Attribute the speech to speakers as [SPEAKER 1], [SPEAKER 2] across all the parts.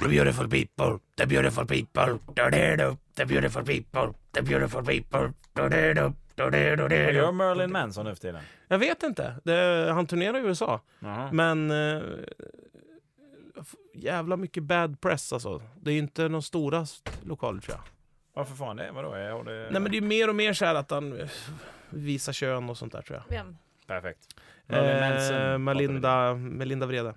[SPEAKER 1] The beautiful people, the beautiful people, do-de-do, the beautiful people, the beautiful people, do-de-do,
[SPEAKER 2] Vad
[SPEAKER 1] do-de-do-de-do.
[SPEAKER 2] gör Merlin Manson nu för tiden?
[SPEAKER 3] Jag vet inte. Det, han turnerar i USA.
[SPEAKER 2] Jaha.
[SPEAKER 3] Men eh, f- jävla mycket bad press alltså. Det är ju inte någon stora st- lokaler tror jag.
[SPEAKER 2] Varför fan det? Vadå? Jag håller...
[SPEAKER 3] Nej men det är ju mer och mer så här att han eh, visar kön och sånt där tror jag.
[SPEAKER 4] Vem?
[SPEAKER 2] Perfekt. Merlin Manson pratar
[SPEAKER 3] Eh,
[SPEAKER 2] vi.
[SPEAKER 3] Melinda, Melinda Vrede.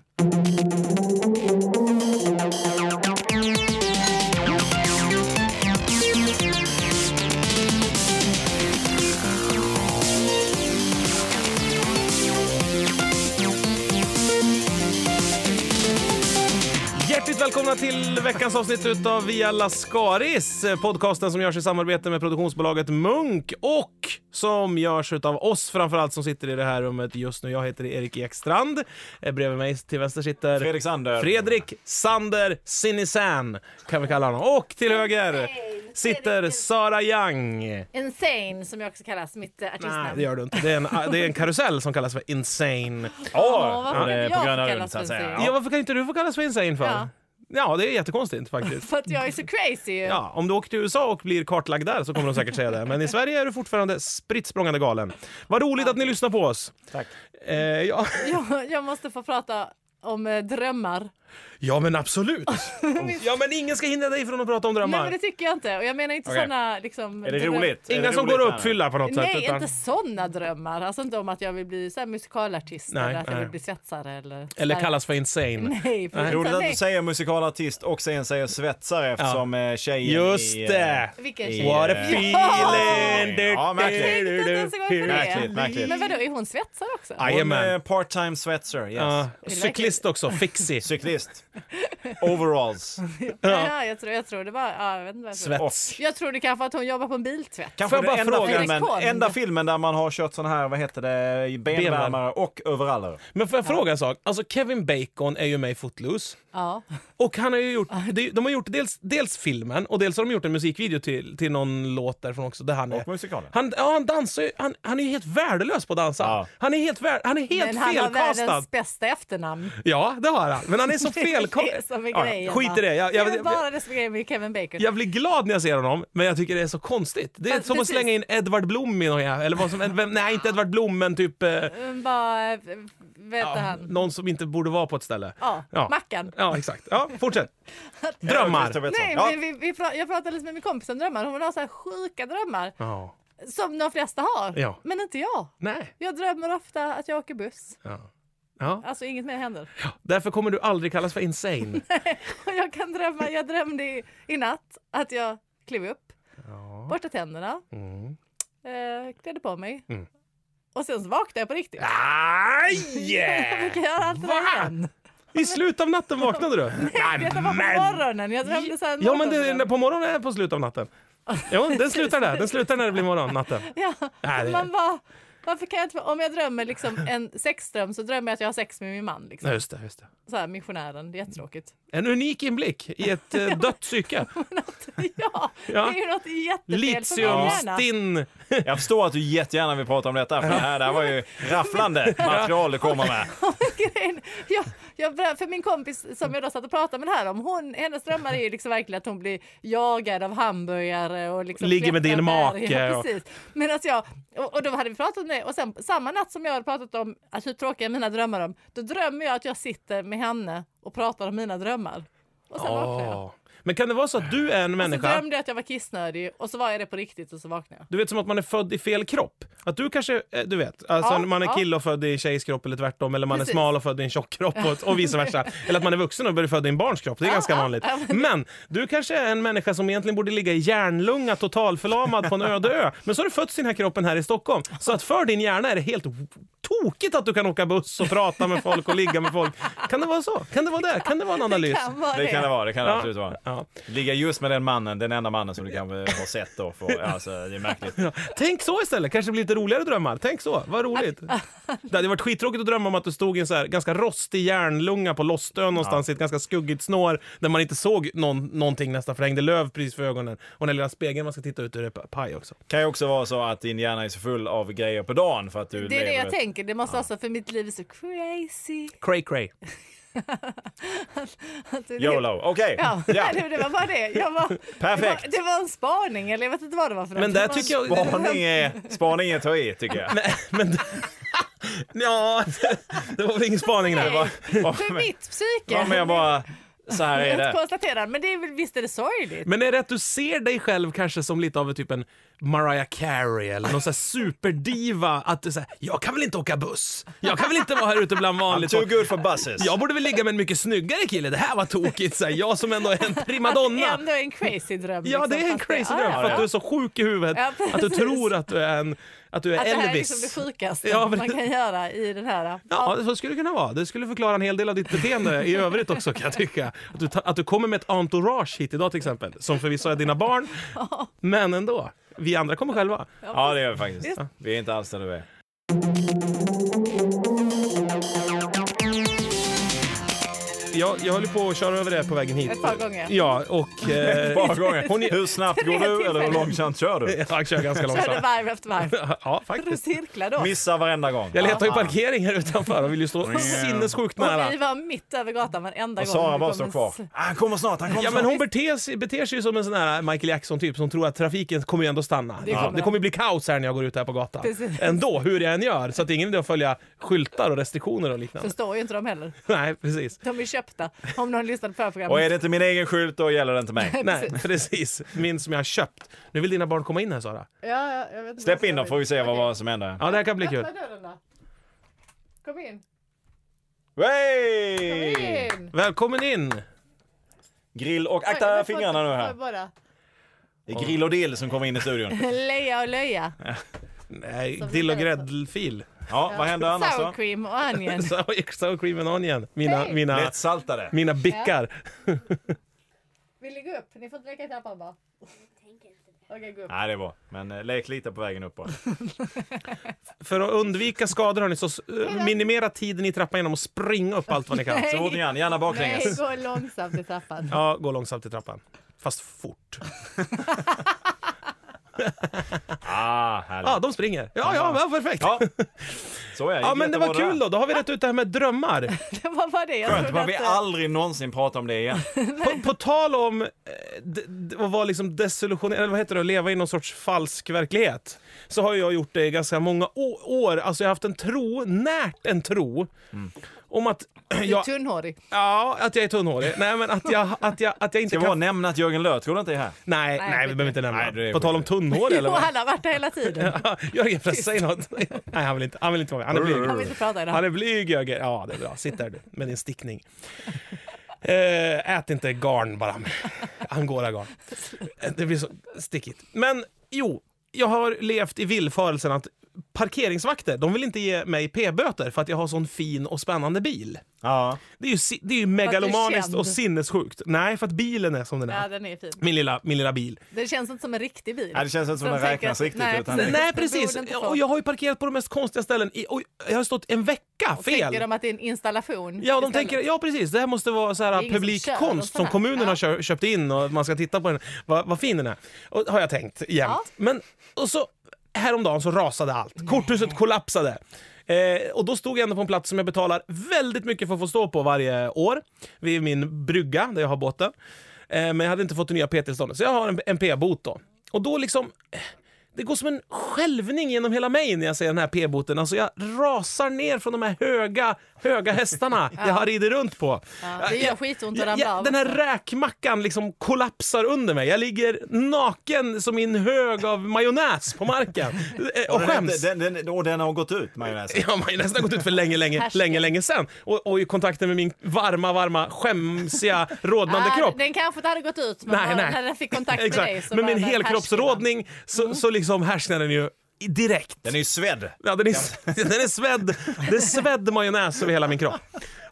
[SPEAKER 3] Hjärtligt välkomna till veckans avsnitt utav Via Lascaris, eh, podcasten som görs i samarbete med produktionsbolaget Munk och som görs utav oss framförallt som sitter i det här rummet just nu. Jag heter Erik Ekstrand. Eh, Bredvid mig till vänster sitter
[SPEAKER 2] Fredrik Sander.
[SPEAKER 3] Fredrik Sander Sinisan, kan vi kalla honom. Och till höger sitter Sara Young.
[SPEAKER 4] Insane, som jag också kallas, mitt eh, artistnamn.
[SPEAKER 3] Nej, det gör du inte. Det är en, ah, det är en karusell som kallas för Insane.
[SPEAKER 2] Ja, han
[SPEAKER 4] varför kan
[SPEAKER 2] är
[SPEAKER 4] jag
[SPEAKER 2] på
[SPEAKER 4] få
[SPEAKER 2] gröna
[SPEAKER 4] kallas
[SPEAKER 2] runt så att
[SPEAKER 4] för en
[SPEAKER 2] säga.
[SPEAKER 3] Ja, varför kan inte du få kallas för Insane för?
[SPEAKER 4] Ja.
[SPEAKER 3] ja det är jättekonstigt faktiskt.
[SPEAKER 4] För att jag är så crazy ju.
[SPEAKER 3] Ja, om du åker till USA och blir kartlagd där så kommer de säkert säga det. Men i Sverige är du fortfarande spritt språngande galen. Vad roligt att ni lyssnar på oss.
[SPEAKER 2] Tack.
[SPEAKER 3] Eh, ja.
[SPEAKER 4] Jag, jag måste få prata om eh, drömmar.
[SPEAKER 3] ja, men absolut. Ja, men ingen ska hindra dig från att prata om
[SPEAKER 4] Nej men
[SPEAKER 3] drömmar.
[SPEAKER 4] det tycker jag inte. Och jag menar inte
[SPEAKER 2] Okej.
[SPEAKER 4] såna liksom...
[SPEAKER 2] Är det
[SPEAKER 4] dröm-
[SPEAKER 2] roligt? Är
[SPEAKER 3] Inga
[SPEAKER 2] det
[SPEAKER 3] som
[SPEAKER 2] roligt
[SPEAKER 3] går att
[SPEAKER 2] här?
[SPEAKER 3] uppfylla på något sätt.
[SPEAKER 4] Nej,
[SPEAKER 3] utan-
[SPEAKER 4] inte sådana drömmar. Alltså inte om att jag vill bli så här musikalartist
[SPEAKER 3] Nej,
[SPEAKER 4] eller att jag
[SPEAKER 3] nej.
[SPEAKER 4] vill bli svetsare eller...
[SPEAKER 3] Eller
[SPEAKER 4] Nej.
[SPEAKER 3] kallas för Insane.
[SPEAKER 4] Nej, för
[SPEAKER 2] Roligt att du
[SPEAKER 4] nej.
[SPEAKER 2] säger musikalartist och sen säger svetsare eftersom eh, tjejen
[SPEAKER 3] Just
[SPEAKER 2] i... eh,
[SPEAKER 3] det!
[SPEAKER 4] Vilken
[SPEAKER 2] i,
[SPEAKER 4] tjej?
[SPEAKER 3] What a
[SPEAKER 2] eh,
[SPEAKER 3] feeling!
[SPEAKER 2] Ja, märkligt.
[SPEAKER 4] Tänkte inte ens en gång på det.
[SPEAKER 2] Märkligt, märkligt.
[SPEAKER 4] Men vadå, är hon svetsare också?
[SPEAKER 3] Aj.
[SPEAKER 2] Hon
[SPEAKER 3] Jajamän.
[SPEAKER 2] är part-time svetser, yes.
[SPEAKER 3] Ja, cyklist också, fixie.
[SPEAKER 2] Cyklist. Overalls.
[SPEAKER 4] Ja. ja, jag tror, jag tror det var... Ja, jag vet inte vad jag tror.
[SPEAKER 3] Svets.
[SPEAKER 4] Jag tror det kanske att hon jobbar på en biltvätt.
[SPEAKER 2] Kanske
[SPEAKER 3] Får jag
[SPEAKER 2] den
[SPEAKER 3] bara
[SPEAKER 2] enda,
[SPEAKER 3] fråga-
[SPEAKER 2] filmen,
[SPEAKER 4] Rekord.
[SPEAKER 2] enda filmen där man har kört sån här, vad heter det, benvärmare och overaller.
[SPEAKER 3] Men får jag fråga en sak? Alltså Kevin Bacon är ju med i Footloose.
[SPEAKER 4] Ja.
[SPEAKER 3] Och han har ju gjort,
[SPEAKER 4] Ah.
[SPEAKER 3] de, de har gjort dels, dels filmen och dels har de gjort en musikvideo till, till någon låt därifrån också där han är.
[SPEAKER 2] Och musikalen.
[SPEAKER 3] Han, ja, han dansar ju, han, han är ju helt värdelös på att dansa.
[SPEAKER 2] Ja.
[SPEAKER 3] Han är helt, vär, han är helt
[SPEAKER 4] Men han har
[SPEAKER 3] felkastad.
[SPEAKER 4] världens bästa efternamn.
[SPEAKER 3] Ja, det har han. Men han är så
[SPEAKER 4] Det är
[SPEAKER 3] felkastad.
[SPEAKER 4] som är grejen,
[SPEAKER 3] skit
[SPEAKER 4] va?
[SPEAKER 3] i det. Jag,
[SPEAKER 4] Det är
[SPEAKER 3] jag,
[SPEAKER 4] väl
[SPEAKER 3] jag,
[SPEAKER 4] bara det som är grejen med Kevin Bacon.
[SPEAKER 3] jag blir glad när jag ser honom, men jag tycker det är så konstigt. Det är
[SPEAKER 4] Fast
[SPEAKER 3] som
[SPEAKER 4] precis.
[SPEAKER 3] att slänga in Edvard Blom i någon jävla- eller vad som, vem, nej inte Edvard Blom, men typ eh,
[SPEAKER 4] Men Bara, eh, vet
[SPEAKER 3] ja,
[SPEAKER 4] han?
[SPEAKER 3] någon som inte borde vara på ett ställe.
[SPEAKER 4] Ja,
[SPEAKER 3] Ja.
[SPEAKER 4] Mackan.
[SPEAKER 3] Ja, exakt. Ja, fortsätt. Drömmar.
[SPEAKER 4] Nej,
[SPEAKER 2] Ja.
[SPEAKER 4] men vi, vi, pra- jag pratade lite med min kompis om drömmar. Hon har så här sjuka drömmar
[SPEAKER 3] Ja.
[SPEAKER 4] som de flesta har.
[SPEAKER 3] Ja.
[SPEAKER 4] Men inte jag.
[SPEAKER 3] Nej.
[SPEAKER 4] Jag drömmer ofta att jag åker buss.
[SPEAKER 3] Ja. Ja.
[SPEAKER 4] Alltså inget mer händer.
[SPEAKER 3] Därför kommer du aldrig kallas för insane.
[SPEAKER 4] Och jag kan drömma. Jag drömde i, i natt att jag klev upp,
[SPEAKER 3] Ja.
[SPEAKER 4] borsta tänderna,
[SPEAKER 3] Mm.
[SPEAKER 4] eh, klädde på mig.
[SPEAKER 3] Mm.
[SPEAKER 4] Och sen så vaknade jag på riktigt.
[SPEAKER 3] Aj!
[SPEAKER 4] Jag kan göra allt det där
[SPEAKER 3] Va?
[SPEAKER 4] igen.
[SPEAKER 3] I slutet av natten vaknade du?
[SPEAKER 4] Detta var på morgonen. Jag drömde så här
[SPEAKER 3] Ja men det,
[SPEAKER 4] morgonen.
[SPEAKER 3] är- på morgonen är på slutet av natten. Jo, den slutar där. Den slutar när det blir morgon, natten.
[SPEAKER 4] Ja.
[SPEAKER 3] Nej, det-
[SPEAKER 4] Man bara, varför kan jag inte... Om jag drömmer liksom en sexdröm så drömmer jag att jag har sex med min man. Liksom.
[SPEAKER 3] Nej, just det, just det.
[SPEAKER 4] Så här, missionären. Det är jättetråkigt.
[SPEAKER 3] En unik inblick i ett eh, dött psyke.
[SPEAKER 4] ja,
[SPEAKER 3] Ja.
[SPEAKER 4] det är ju något jättefel på min hjärna.
[SPEAKER 3] Litiumstinn.
[SPEAKER 2] Jag förstår att du jättegärna vill prata om detta, för det här, det här var ju rafflande material du kommer med.
[SPEAKER 4] Grejen- jag, jag, började- för min kompis som jag då satt och pratade med det här om, hon, hennes drömmar är ju liksom verkligen att hon blir jagad av hamburgare och liksom
[SPEAKER 3] Ligger med
[SPEAKER 4] klättrar
[SPEAKER 3] din
[SPEAKER 4] berg.
[SPEAKER 3] make
[SPEAKER 4] Ja,
[SPEAKER 3] och-
[SPEAKER 4] precis. Men alltså jag, och, och då hade vi pratat om det och sen samma natt som jag hade pratat om att hur tråkiga mina drömmar är om, då drömmer jag att jag sitter med henne och pratar om mina drömmar. Och sen vaknar jag.
[SPEAKER 3] Åh. Men kan Alltså, det vara så att du är en
[SPEAKER 4] Så
[SPEAKER 3] människa
[SPEAKER 4] drömde jag att jag var kissnödig och så var jag det på riktigt och så vaknade jag.
[SPEAKER 3] Du vet som att man är född i fel kropp. Att du kanske, eh, du vet, alltså
[SPEAKER 4] Ja,
[SPEAKER 3] man
[SPEAKER 4] ja.
[SPEAKER 3] är kille och född i en tjejs kropp eller tvärtom. Eller man
[SPEAKER 4] Precis.
[SPEAKER 3] är smal och född i en tjock kropp och, och vice versa. eller att man är vuxen och blir född i en barns kropp. Det är ganska
[SPEAKER 4] ja,
[SPEAKER 3] vanligt.
[SPEAKER 4] ja,
[SPEAKER 3] Men du kanske är en människa som egentligen borde ligga i järnlunga totalförlamad på en öde ö. Men så har du fötts i den här kroppen här i Stockholm. Så att för din hjärna är det helt tokigt att du kan åka buss och prata med folk och ligga med folk. Kan det vara så? Kan det vara det? Kan det vara en analys?
[SPEAKER 4] Kan vara
[SPEAKER 2] Det kan det vara, det kan det
[SPEAKER 3] Ja.
[SPEAKER 2] absolut vara.
[SPEAKER 3] Ja.
[SPEAKER 2] Ligga just med den mannen, den enda mannen som du kanske har sett då. För, alltså, det är märkligt.
[SPEAKER 3] Tänk så istället, kanske det blir lite roligare drömmar. Tänk så, vad roligt. Det hade varit skittråkigt att drömma om att du stod i en så här ganska rostig järnlunga på Lostön någonstans i ett ganska skuggigt snår där man inte såg någon, någonting nästan för det hängde löv precis för ögonen. Och den lilla spegeln man ska titta ut ur är pa- paj också.
[SPEAKER 2] Kan ju också vara så att din hjärna är så full av grejer på dagen för att du
[SPEAKER 4] Det är det
[SPEAKER 2] lever
[SPEAKER 4] jag
[SPEAKER 2] ett-
[SPEAKER 4] tänker. Det måste vara så, för mitt liv är så crazy.
[SPEAKER 3] Cray cray.
[SPEAKER 4] Att det-
[SPEAKER 2] YOLO, okej.
[SPEAKER 4] Ja,
[SPEAKER 2] Ja.
[SPEAKER 4] nej, det var bara det. Jag var,
[SPEAKER 2] Perfekt.
[SPEAKER 4] Det var, det var en spaning, eller jag vet inte vad det var för
[SPEAKER 3] Men
[SPEAKER 4] något.
[SPEAKER 3] där
[SPEAKER 4] Det var-
[SPEAKER 3] tycker jag...
[SPEAKER 2] Spaning är, spaning är att ta i, tycker jag.
[SPEAKER 3] Men, ja, det var väl ingen spaning där.
[SPEAKER 4] Nej,
[SPEAKER 3] va?
[SPEAKER 4] För mitt psyke.
[SPEAKER 2] Ja, men jag bara, så här är
[SPEAKER 4] Ett
[SPEAKER 2] det.
[SPEAKER 4] konstaterande. Men det är väl, visst är det sorgligt?
[SPEAKER 3] Men är det att du ser dig själv kanske som lite av typ en Mariah Carey eller någon sån här superdiva? Att du säger, jag kan väl inte åka buss? Jag kan väl inte vara här ute bland
[SPEAKER 2] I'm
[SPEAKER 3] vanligt
[SPEAKER 2] too
[SPEAKER 3] folk?
[SPEAKER 2] good for buses.
[SPEAKER 3] Jag borde väl ligga med en mycket snyggare kille, det här var tokigt. Så här, jag som ändå är en primadonna.
[SPEAKER 4] Ändå en crazy dröm.
[SPEAKER 3] Ja,
[SPEAKER 4] liksom,
[SPEAKER 3] det är en
[SPEAKER 4] fast
[SPEAKER 3] crazy
[SPEAKER 4] ja,
[SPEAKER 3] dröm
[SPEAKER 4] ja.
[SPEAKER 3] för att du är så sjuk i huvudet
[SPEAKER 4] Ja,
[SPEAKER 3] att du
[SPEAKER 4] precis.
[SPEAKER 3] tror att du är, en, att du är
[SPEAKER 4] Att det här är
[SPEAKER 3] Elvis.
[SPEAKER 4] liksom det sjukaste
[SPEAKER 3] Ja,
[SPEAKER 4] man
[SPEAKER 3] precis.
[SPEAKER 4] kan göra i den här.
[SPEAKER 3] Ja, så skulle det kunna vara. Det skulle förklara en hel del av ditt beteende i övrigt också kan jag tycka. Att du, ta, att du kommer med ett entourage hit idag till exempel, som förvisso är dina barn, men ändå. Vi andra kommer själva.
[SPEAKER 2] Ja, det gör vi faktiskt. Vi är inte alls där du är.
[SPEAKER 3] Jag, jag höll ju på att köra över det på vägen hit.
[SPEAKER 4] Ett par gånger.
[SPEAKER 3] Ja, och...
[SPEAKER 2] Ett
[SPEAKER 3] Eh,
[SPEAKER 2] par gånger.
[SPEAKER 3] Hon är-
[SPEAKER 2] Hur snabbt går
[SPEAKER 4] Tre
[SPEAKER 2] du eller hur
[SPEAKER 4] tillfällen.
[SPEAKER 2] långsamt kör du?
[SPEAKER 3] jag kör ganska
[SPEAKER 4] Körde
[SPEAKER 3] långsamt.
[SPEAKER 4] varv efter varv.
[SPEAKER 3] Ja, faktiskt.
[SPEAKER 4] Cirklar då.
[SPEAKER 2] Missar varenda gång.
[SPEAKER 3] Jag letar ju parkering här utanför och vill ju stå sinnessjukt nära.
[SPEAKER 4] Och vi var mitt över gatan varenda
[SPEAKER 2] Och
[SPEAKER 4] gång.
[SPEAKER 2] Sara
[SPEAKER 4] vi
[SPEAKER 2] bara
[SPEAKER 4] kom
[SPEAKER 2] står
[SPEAKER 4] en
[SPEAKER 2] kvar.
[SPEAKER 4] s-
[SPEAKER 2] Ah, Han kommer snart, han kommer
[SPEAKER 3] Ja, men
[SPEAKER 2] snart.
[SPEAKER 3] hon beter sig, beter sig ju som en sån här Michael Jackson-typ som tror att trafiken kommer ju ändå stanna. Det
[SPEAKER 4] kommer
[SPEAKER 3] kommer, det kommer bli kaos här när jag går ut här på gatan.
[SPEAKER 4] Precis.
[SPEAKER 3] Ändå, hur jag än gör. Så att det är ingen idé att följa skyltar och restriktioner och liknande.
[SPEAKER 4] Förstår ju inte de heller.
[SPEAKER 3] Nej, precis.
[SPEAKER 4] De är köpta. Om någon lyssnade på det här
[SPEAKER 2] Och är
[SPEAKER 4] programmet.
[SPEAKER 2] det inte min egen skylt då gäller det inte mig.
[SPEAKER 3] Nej, precis. Min som jag har köpt. Nu vill dina barn komma in här, Sara.
[SPEAKER 4] Ja, ja, jag vet inte
[SPEAKER 2] Släpp
[SPEAKER 4] vad
[SPEAKER 2] in
[SPEAKER 4] jag
[SPEAKER 2] dem får vi se vad, vad som händer.
[SPEAKER 3] Ja, det här kan bli
[SPEAKER 4] ska-
[SPEAKER 3] kul.
[SPEAKER 4] Öppna dörren då. Kom in. Kom
[SPEAKER 2] Wey!
[SPEAKER 4] in.
[SPEAKER 3] Välkommen in!
[SPEAKER 2] Grill och
[SPEAKER 4] Oj,
[SPEAKER 2] akta
[SPEAKER 4] jag får
[SPEAKER 2] fingrarna nu
[SPEAKER 4] inte-
[SPEAKER 2] här.
[SPEAKER 4] får jag bara-
[SPEAKER 2] Det är grill och dill som kommer in i studion.
[SPEAKER 4] Leja och löja.
[SPEAKER 3] Nej,
[SPEAKER 4] Som
[SPEAKER 3] dill och
[SPEAKER 4] brukar heta.
[SPEAKER 3] gräddfil.
[SPEAKER 2] Ja, vad händer annars
[SPEAKER 4] Sour
[SPEAKER 2] då?
[SPEAKER 4] cream och onion.
[SPEAKER 3] Sour sour cream and onion. Mina,
[SPEAKER 4] Hej.
[SPEAKER 3] mina,
[SPEAKER 2] Lättsaltade.
[SPEAKER 3] mina bickar.
[SPEAKER 4] Vi ligger upp. Ni får inte leka i trappan bara. Okej, gå upp.
[SPEAKER 2] Nej, det är bra. Men eh, lek lite på vägen upp bara.
[SPEAKER 3] För att undvika skador har ni så eh, minimera tiden i trappan genom att springa upp allt vad ni kan.
[SPEAKER 2] Så fort ni kan, gärna baklänges.
[SPEAKER 4] Nej, gå långsamt i trappan.
[SPEAKER 3] Ja, gå långsamt i trappan. Fast fort.
[SPEAKER 2] Ah,
[SPEAKER 3] Ja,
[SPEAKER 2] härligt.
[SPEAKER 3] de springer. Ja, ja, ja perfekt. Ja,
[SPEAKER 2] Ja, så är det.
[SPEAKER 3] men det var kul då. Då har vi rätt ut det här med drömmar.
[SPEAKER 4] Det var bara det. Jag
[SPEAKER 2] Skönt,
[SPEAKER 4] trodde
[SPEAKER 2] man vill
[SPEAKER 4] att, eh,
[SPEAKER 2] aldrig någonsin prata om det igen.
[SPEAKER 3] På, på tal om eh, d- d- att vara liksom desillusionerad, eller vad heter det, att leva i någon sorts falsk verklighet. Så har jag gjort det i ganska många å- år. Alltså jag har haft en tro, närt en tro, om att
[SPEAKER 4] Du är
[SPEAKER 3] jag,
[SPEAKER 4] tunnhårig.
[SPEAKER 3] ja, att jag är tunnhårig. Nej, men att jag, att jag, att jag inte
[SPEAKER 2] Ska vi bara
[SPEAKER 3] kan...
[SPEAKER 2] nämna att Jörgen Lötgård inte är här?
[SPEAKER 3] Nej,
[SPEAKER 4] Nej,
[SPEAKER 3] nej, vi
[SPEAKER 4] skit
[SPEAKER 3] behöver inte
[SPEAKER 2] Nej,
[SPEAKER 3] nämna.
[SPEAKER 2] det är
[SPEAKER 3] På tal om tunnhårig eller
[SPEAKER 4] Jo,
[SPEAKER 3] vad?
[SPEAKER 4] han har varit där hela tiden.
[SPEAKER 3] Jörgen, pressa säg något. Nej, han vill inte, han vill inte vara med. Han är blyg.
[SPEAKER 4] Han vill inte prata idag.
[SPEAKER 3] Han är blyg Jörgen. Ja, det är bra. Sitt där du med din stickning. Eh, ät inte garn bara. Angora-garn. Eh, Det blir så stickigt. Men jo, jag har levt i villfarelsen att parkeringsvakter, de vill inte ge mig p-böter för att jag har sån fin och spännande bil.
[SPEAKER 2] Ja.
[SPEAKER 3] Det är ju, si- det är ju megalomaniskt
[SPEAKER 4] känd.
[SPEAKER 3] och sinnessjukt. Nej, för att bilen är som den
[SPEAKER 4] Ja,
[SPEAKER 3] är.
[SPEAKER 4] den är fin.
[SPEAKER 3] Min lilla, min lilla bil.
[SPEAKER 4] Det känns inte som en riktig bil.
[SPEAKER 2] Ja, det känns inte som
[SPEAKER 4] Så
[SPEAKER 2] den
[SPEAKER 4] de tänker
[SPEAKER 2] räknas
[SPEAKER 4] att-
[SPEAKER 2] riktigt,
[SPEAKER 4] Nej,
[SPEAKER 2] utan-
[SPEAKER 4] precis.
[SPEAKER 3] Nej,
[SPEAKER 4] Den
[SPEAKER 3] precis.
[SPEAKER 4] borde inte få.
[SPEAKER 3] Och jag har ju parkerat på de mest konstiga ställen. I, och jag har stått en vecka fel.
[SPEAKER 4] Tänker de att det är en installation?
[SPEAKER 3] Ja, de
[SPEAKER 4] istället?
[SPEAKER 3] tänker, ja precis, det här måste vara så
[SPEAKER 4] är
[SPEAKER 3] här
[SPEAKER 4] ingen som kör och
[SPEAKER 3] publikkonst
[SPEAKER 4] så
[SPEAKER 3] som
[SPEAKER 4] här.
[SPEAKER 3] kommunen
[SPEAKER 4] Ja.
[SPEAKER 3] har kö- köpt in och man ska titta på den. Vad, vad fin den är, och, har jag tänkt jämt.
[SPEAKER 4] Ja.
[SPEAKER 3] Men och så häromdagen så rasade allt. Korthuset kollapsade. Eh, och då stod jag ändå på en plats som jag betalar väldigt mycket för att få stå på varje år. Vid min brygga där jag har båten. Eh, men jag hade inte fått det nya PT-tillståndet, så jag har en, en P-bot då. Och då liksom, det går som en skälvning genom hela mig när jag ser den här p-boten. Alltså jag rasar ner från de här höga, höga hästarna jag har ridit runt på.
[SPEAKER 4] Ja, det gör skitont att
[SPEAKER 3] Jag-
[SPEAKER 4] ramla
[SPEAKER 3] jag-
[SPEAKER 4] av.
[SPEAKER 3] Den här räkmackan liksom kollapsar under mig. Jag ligger naken som i en hög av majonnäs på marken Eh, och skäms.
[SPEAKER 2] Den, den, den, och den har gått ut, majonnäsen.
[SPEAKER 3] Ja, majonnäsen har gått ut för länge, länge,
[SPEAKER 4] Härsken.
[SPEAKER 3] länge, länge sedan. Och, och i kontakten med min varma, varma, skämsiga, rodnande
[SPEAKER 4] Ah,
[SPEAKER 3] kropp.
[SPEAKER 4] Den kanske inte hade gått ut, men
[SPEAKER 3] Nej,
[SPEAKER 4] bara
[SPEAKER 3] nej.
[SPEAKER 4] när den fick kontakt med dig
[SPEAKER 3] Exakt.
[SPEAKER 4] så
[SPEAKER 3] Men
[SPEAKER 4] var
[SPEAKER 3] min
[SPEAKER 4] den
[SPEAKER 3] helkroppsrodning så, så liksom härsknar den ju i- direkt.
[SPEAKER 2] Den är ju svedd.
[SPEAKER 3] Ja, den, är, den är svedd. Det är svedd majonnäs över hela min kropp.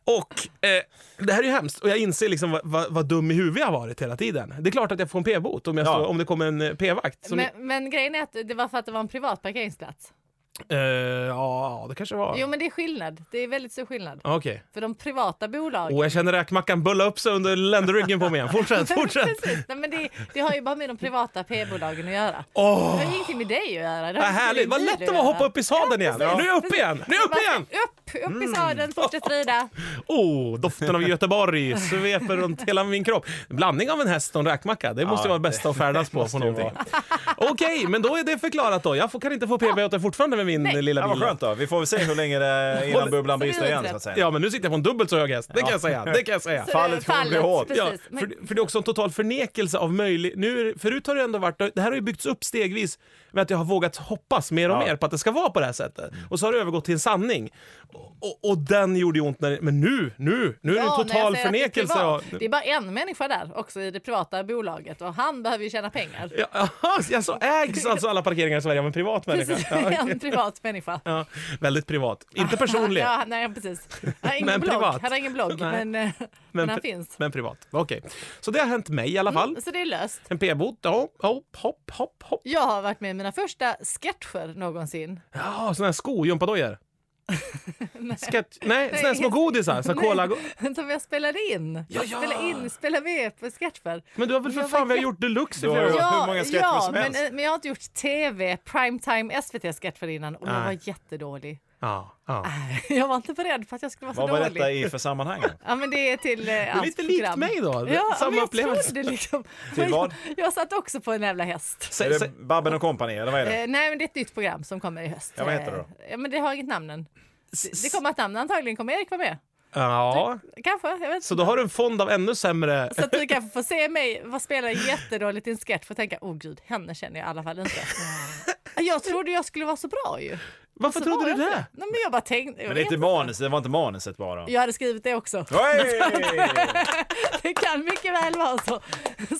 [SPEAKER 3] Och eh, det här är ju hemskt och jag inser liksom vad, vad, vad dum i huvudet jag har varit hela tiden. Det är klart att jag får en p-bot om, jag
[SPEAKER 2] Ja.
[SPEAKER 3] står, om det kommer en eh, p-vakt.
[SPEAKER 4] härskningen.
[SPEAKER 3] Som,
[SPEAKER 4] Men, men grejen är att det var för att det var en privat parkeringsplats.
[SPEAKER 3] Eh, ja, det kanske var.
[SPEAKER 4] Jo, men det är skillnad. Det är väldigt stor skillnad.
[SPEAKER 3] Okej.
[SPEAKER 4] För de privata bolagen...
[SPEAKER 3] Och jag känner räkmackan bulla upp sig under ländryggen på mig igen. Fortsätt, fortsätt!
[SPEAKER 4] Precis. Nej, men det, det har ju bara med de privata p-bolagen att göra.
[SPEAKER 3] Åh,
[SPEAKER 4] Det har ingenting med dig att göra. Det
[SPEAKER 3] vad
[SPEAKER 4] har inte
[SPEAKER 3] härligt!
[SPEAKER 4] med
[SPEAKER 3] Vad
[SPEAKER 4] dig
[SPEAKER 3] lätt det var att hoppa
[SPEAKER 4] göra.
[SPEAKER 3] upp i sadeln igen! Nu är jag uppe igen! Nu är jag uppe igen! Mm.
[SPEAKER 4] Upp, upp i sadeln, fortsätt rida.
[SPEAKER 3] Oh, doften av Göteborg sveper runt hela min kropp. Blandning av en häst och en räkmacka, det måste ju vara
[SPEAKER 2] Ja,
[SPEAKER 3] det bästa att färdas på. på
[SPEAKER 2] måste ju
[SPEAKER 3] någonting. Okej, men då är det förklarat då. Jag får, kan inte få PB8 fortfarande med min
[SPEAKER 4] Nej.
[SPEAKER 2] Ja,
[SPEAKER 3] lilla
[SPEAKER 2] vad
[SPEAKER 3] bil.
[SPEAKER 2] skönt då. Vi får väl se hur länge det innan bubblan
[SPEAKER 4] Så det är
[SPEAKER 2] brister igen
[SPEAKER 4] rätt.
[SPEAKER 2] så att säga.
[SPEAKER 3] Ja, men nu sitter jag på en dubbelt så hög häst. Det kan jag säga. Det kan jag säga.
[SPEAKER 4] Så
[SPEAKER 2] Fallet kommer bli hårt.
[SPEAKER 3] Ja,
[SPEAKER 4] Precis. Men-
[SPEAKER 3] för, för det är också en total förnekelse av möjlig... Nu, är det- förut har det ändå varit... Det här har ju byggts upp stegvis med att jag har vågat hoppas mer och
[SPEAKER 2] Ja. Mm.
[SPEAKER 3] mer på att det ska vara på det här sättet. Och så har det övergått till en sanning. Och, och den gjorde ju ont när... Men nu, nu, nu är det
[SPEAKER 4] Ja,
[SPEAKER 3] en
[SPEAKER 4] när jag
[SPEAKER 3] total
[SPEAKER 4] säger att det är
[SPEAKER 3] förnekelse.
[SPEAKER 4] privat.
[SPEAKER 3] av-
[SPEAKER 4] Det är bara en människa där också i det privata bolaget och han behöver ju tjäna pengar.
[SPEAKER 3] Ja, aha, alltså, ägs alltså alla parkeringar i Sverige av en privat människa?
[SPEAKER 4] Precis,
[SPEAKER 3] Ja,
[SPEAKER 4] en privat människa.
[SPEAKER 3] ja, väldigt privat. Inte personlig,
[SPEAKER 4] Ja, nej, precis. Han har ingen
[SPEAKER 3] Men
[SPEAKER 4] blogg,
[SPEAKER 3] privat.
[SPEAKER 4] han har ingen blogg
[SPEAKER 3] Nej.
[SPEAKER 4] men, eh, men han
[SPEAKER 3] pri-
[SPEAKER 4] finns.
[SPEAKER 3] men privat. Okej. Så det har hänt mig i alla fall.
[SPEAKER 4] Mm, Så det är löst.
[SPEAKER 3] En p-bot. Ja, hopp, hopp, hopp, hopp.
[SPEAKER 4] Jag har varit med i mina första sketcher någonsin.
[SPEAKER 3] Ja, såna här skojumpadojer. Sketch... Nej, såna här små
[SPEAKER 4] inget-
[SPEAKER 3] godisar. Så
[SPEAKER 4] Nej.
[SPEAKER 3] cola...
[SPEAKER 4] Som jag spelade in.
[SPEAKER 3] Ja, ja.
[SPEAKER 4] Spelade in, spelade med på sketcher.
[SPEAKER 3] Men du har väl för
[SPEAKER 4] Jag
[SPEAKER 3] fan, vi
[SPEAKER 4] var
[SPEAKER 3] har gjort deluxe i
[SPEAKER 2] Du har
[SPEAKER 3] flera
[SPEAKER 2] ju-
[SPEAKER 3] år.
[SPEAKER 2] hur många sketcher
[SPEAKER 4] ja,
[SPEAKER 2] som
[SPEAKER 4] men,
[SPEAKER 2] helst.
[SPEAKER 4] eh, men jag har inte gjort tv, primetime SVT-sketcher innan och jag
[SPEAKER 3] Nej.
[SPEAKER 4] var jättedålig.
[SPEAKER 3] Ja,
[SPEAKER 4] Äh,
[SPEAKER 3] ja.
[SPEAKER 4] Jag var inte beredd på att jag skulle vara så
[SPEAKER 2] Vad var
[SPEAKER 4] dålig.
[SPEAKER 2] detta i för sammanhang?
[SPEAKER 4] Ja, men det är till eh,
[SPEAKER 3] Det är
[SPEAKER 4] hans
[SPEAKER 3] lite likt
[SPEAKER 4] program.
[SPEAKER 3] mig då.
[SPEAKER 4] Ja, men
[SPEAKER 3] Samma
[SPEAKER 4] jag
[SPEAKER 3] upplevelse.
[SPEAKER 4] trodde liksom.
[SPEAKER 2] Till vad?
[SPEAKER 4] Jag, jag satt också på en jävla häst.
[SPEAKER 2] Är
[SPEAKER 3] Säg,
[SPEAKER 2] det
[SPEAKER 3] säg,
[SPEAKER 2] Babben och kompani eller vad är det?
[SPEAKER 4] Eh, nej, men det är ett nytt program som kommer i höst.
[SPEAKER 2] Ja, vad heter det då?
[SPEAKER 4] Eh, Ja, men det har inget namn än. Det, det kommer ett namn. Antagligen kommer Erik vara med.
[SPEAKER 3] ja,
[SPEAKER 4] Kanske. Jag vet.
[SPEAKER 3] så
[SPEAKER 4] Så,
[SPEAKER 3] då har du en fond av ännu sämre...
[SPEAKER 4] så att du kanske får se mig vad spelar jättedåligt i en sketch för att tänka, åh oh, gud, henne känner jag i alla fall inte. Jag trodde jag skulle vara så bra ju.
[SPEAKER 3] Varför
[SPEAKER 4] Så
[SPEAKER 3] trodde
[SPEAKER 4] var
[SPEAKER 3] du
[SPEAKER 4] jag inte.
[SPEAKER 3] det?
[SPEAKER 4] Nej, men jag bara tänkte. Jag,
[SPEAKER 2] Men det, är
[SPEAKER 4] vet
[SPEAKER 2] inte manus, det var inte manuset bara?
[SPEAKER 4] jag hade skrivit det också.
[SPEAKER 2] Hej!
[SPEAKER 4] Det kan mycket väl vara så.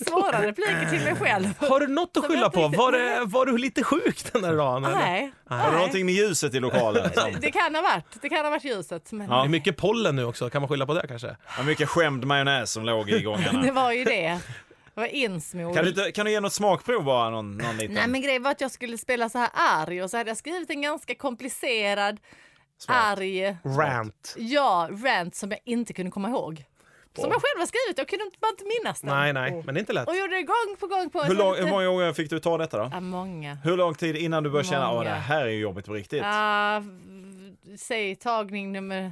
[SPEAKER 4] Svåra repliker till mig själv.
[SPEAKER 3] Har du något att
[SPEAKER 4] Som
[SPEAKER 3] skylla
[SPEAKER 4] jag
[SPEAKER 3] på?
[SPEAKER 4] tänkte-
[SPEAKER 3] Var, det, var du lite sjuk den där dagen? eller?
[SPEAKER 4] Nej.
[SPEAKER 2] Har du
[SPEAKER 4] nej.
[SPEAKER 2] någonting med ljuset i lokalen? Som,
[SPEAKER 4] Det kan ha varit. Det kan ha varit ljuset. Men
[SPEAKER 3] Det
[SPEAKER 2] Ja.
[SPEAKER 3] är mycket pollen nu också, kan man skylla på det kanske?
[SPEAKER 2] Vad mycket skämd majonnäs som låg i
[SPEAKER 4] det
[SPEAKER 2] gångarna.
[SPEAKER 4] var ju det. Det var insmord.
[SPEAKER 2] Kan du, inte- kan du ge något smakprov bara? Någon, någon liten
[SPEAKER 4] Nej men grejen var att jag skulle spela så här arg och så hade jag skrivit en ganska komplicerad
[SPEAKER 2] smak?
[SPEAKER 4] arg
[SPEAKER 3] Rant.
[SPEAKER 4] ja, rant som jag inte kunde komma ihåg. Som jag själv har skrivit, jag kunde inte- bara inte minnas den.
[SPEAKER 3] Nej, nej, men det är inte lätt.
[SPEAKER 4] Och gjorde det gång på gång på
[SPEAKER 2] Hur,
[SPEAKER 4] så
[SPEAKER 2] lång,
[SPEAKER 4] lite-
[SPEAKER 2] hur många gånger fick du ta detta då?
[SPEAKER 4] Ja, många.
[SPEAKER 2] Hur lång tid innan du började känna att
[SPEAKER 4] Många.
[SPEAKER 2] det här är ju jobbigt på riktigt?
[SPEAKER 4] Ah, säg tagning nummer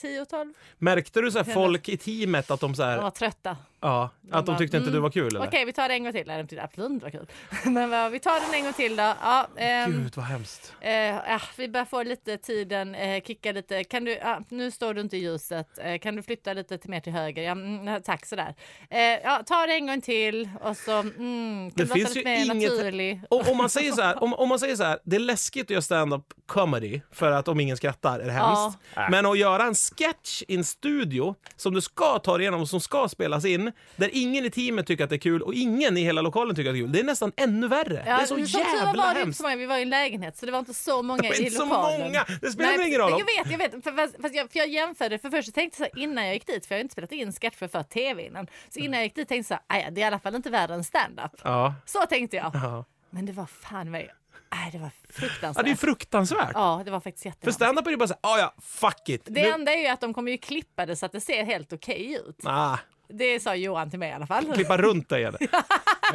[SPEAKER 4] 10 och 12.
[SPEAKER 3] Märkte du så här folk i teamet att de så
[SPEAKER 4] De var
[SPEAKER 3] här,
[SPEAKER 4] trötta.
[SPEAKER 3] ja, att de
[SPEAKER 4] bara, mm,
[SPEAKER 3] tyckte inte du var kul eller?
[SPEAKER 4] Okej, vi tar det en gång till. Nej, de tyckte absolut inte det var kul. Men vad- vi tar den en gång till då. Ja, ehm,
[SPEAKER 3] Gud vad hemskt.
[SPEAKER 4] eh, ah, vi börjar få lite tiden, eh, kicka lite. Kan du, ah, nu står du inte i ljuset. Eh, kan du flytta lite till, mer till höger? Ja, mm, tack, sådär. Eh, ja, ta det en gång till och så mm, kan
[SPEAKER 3] Det
[SPEAKER 4] du vara
[SPEAKER 3] finns
[SPEAKER 4] lite
[SPEAKER 3] ju
[SPEAKER 4] mer
[SPEAKER 3] inget-
[SPEAKER 4] naturlig.
[SPEAKER 3] Och om man säger så här, om, om man säger så här, det är läskigt att göra stand-up comedy för att om ingen skrattar är det hemskt. Men att göra en sketch i en studio som du ska ta dig igenom och som ska spelas in, där ingen i teamet tycker att det är kul och ingen i hela lokalen tycker att det är kul, det är nästan ännu värre. det är så
[SPEAKER 4] som tur
[SPEAKER 3] jävla
[SPEAKER 4] var var det inte
[SPEAKER 3] hemskt.
[SPEAKER 4] så många. Vi var i en lägenhet så det var inte så många
[SPEAKER 3] Det var
[SPEAKER 4] i
[SPEAKER 3] inte så
[SPEAKER 4] lokalen.
[SPEAKER 3] många. Det spelar väl ingen roll
[SPEAKER 4] Jag
[SPEAKER 3] om-
[SPEAKER 4] vet, jag vet. För, fast- fast jag, för jag jämförde, för först så tänkte jag så här, innan jag gick dit, för jag har ju inte spelat in sketcher för tv innan. Så innan jag gick dit tänkte jag så här, "Aja, det är i alla fall inte värre än stand-up.
[SPEAKER 3] Ja.
[SPEAKER 4] Så tänkte jag.
[SPEAKER 3] Ja.
[SPEAKER 4] Men det var fan vad... Nej, det var
[SPEAKER 3] ja,
[SPEAKER 4] fruktansvärt.
[SPEAKER 3] det är fruktansvärt.
[SPEAKER 4] Ja, det var faktiskt
[SPEAKER 3] För
[SPEAKER 4] jättehemskt.
[SPEAKER 3] stand-up är ju bara såhär, ja ja, fuck it.
[SPEAKER 4] Det
[SPEAKER 3] Nu-
[SPEAKER 4] enda är ju att de kommer ju klippa det så att det ser helt okej ut.
[SPEAKER 3] Ah,
[SPEAKER 4] Det sa Johan till mig i alla fall.
[SPEAKER 3] klippa runt dig eller?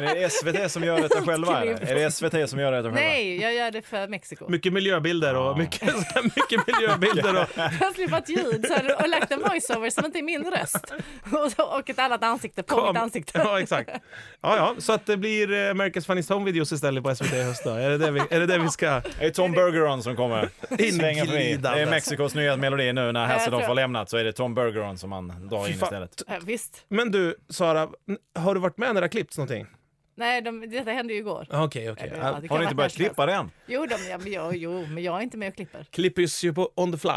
[SPEAKER 2] Är det SVT som gör detta själva? Eller? Är det SVT som gör detta själva?
[SPEAKER 4] Nej, jag gör det för Mexiko.
[SPEAKER 3] Mycket miljöbilder och mycket, så här, mycket miljöbilder och
[SPEAKER 4] Plötsligt var ett ljud så här, och lagt en voiceover som inte är min röst. Och, så, och ett annat ansikte på mitt ansikte.
[SPEAKER 3] Ja, exakt. Ja, ja, så att det blir eh, America's Funniest Home Videos istället på SVT i höst då. Är det det vi, är det det vi ska...
[SPEAKER 2] Är det Tom Bergeron som kommer svänga förbi? Det är
[SPEAKER 3] Inglidandes.
[SPEAKER 2] Mexikos nya melodi nu när Hasselhoff
[SPEAKER 4] tror-
[SPEAKER 2] har lämnat så är det Tom Bergeron som man drar in
[SPEAKER 3] fan.
[SPEAKER 2] istället.
[SPEAKER 4] Ja, visst.
[SPEAKER 3] Men du, Sara, n- har du varit med när det har klippts någonting?
[SPEAKER 4] Nej, de, detta hände ju igår.
[SPEAKER 3] Ah, Okej, okej.
[SPEAKER 4] Eller,
[SPEAKER 3] Ja,
[SPEAKER 4] det kan
[SPEAKER 2] Har ni
[SPEAKER 4] vara
[SPEAKER 2] inte börjat
[SPEAKER 4] när som helst.
[SPEAKER 2] klippa det än?
[SPEAKER 4] Jo, de, ja, men jag, jo, men jag är inte med och klipper.
[SPEAKER 3] Klippes ju på on the fly.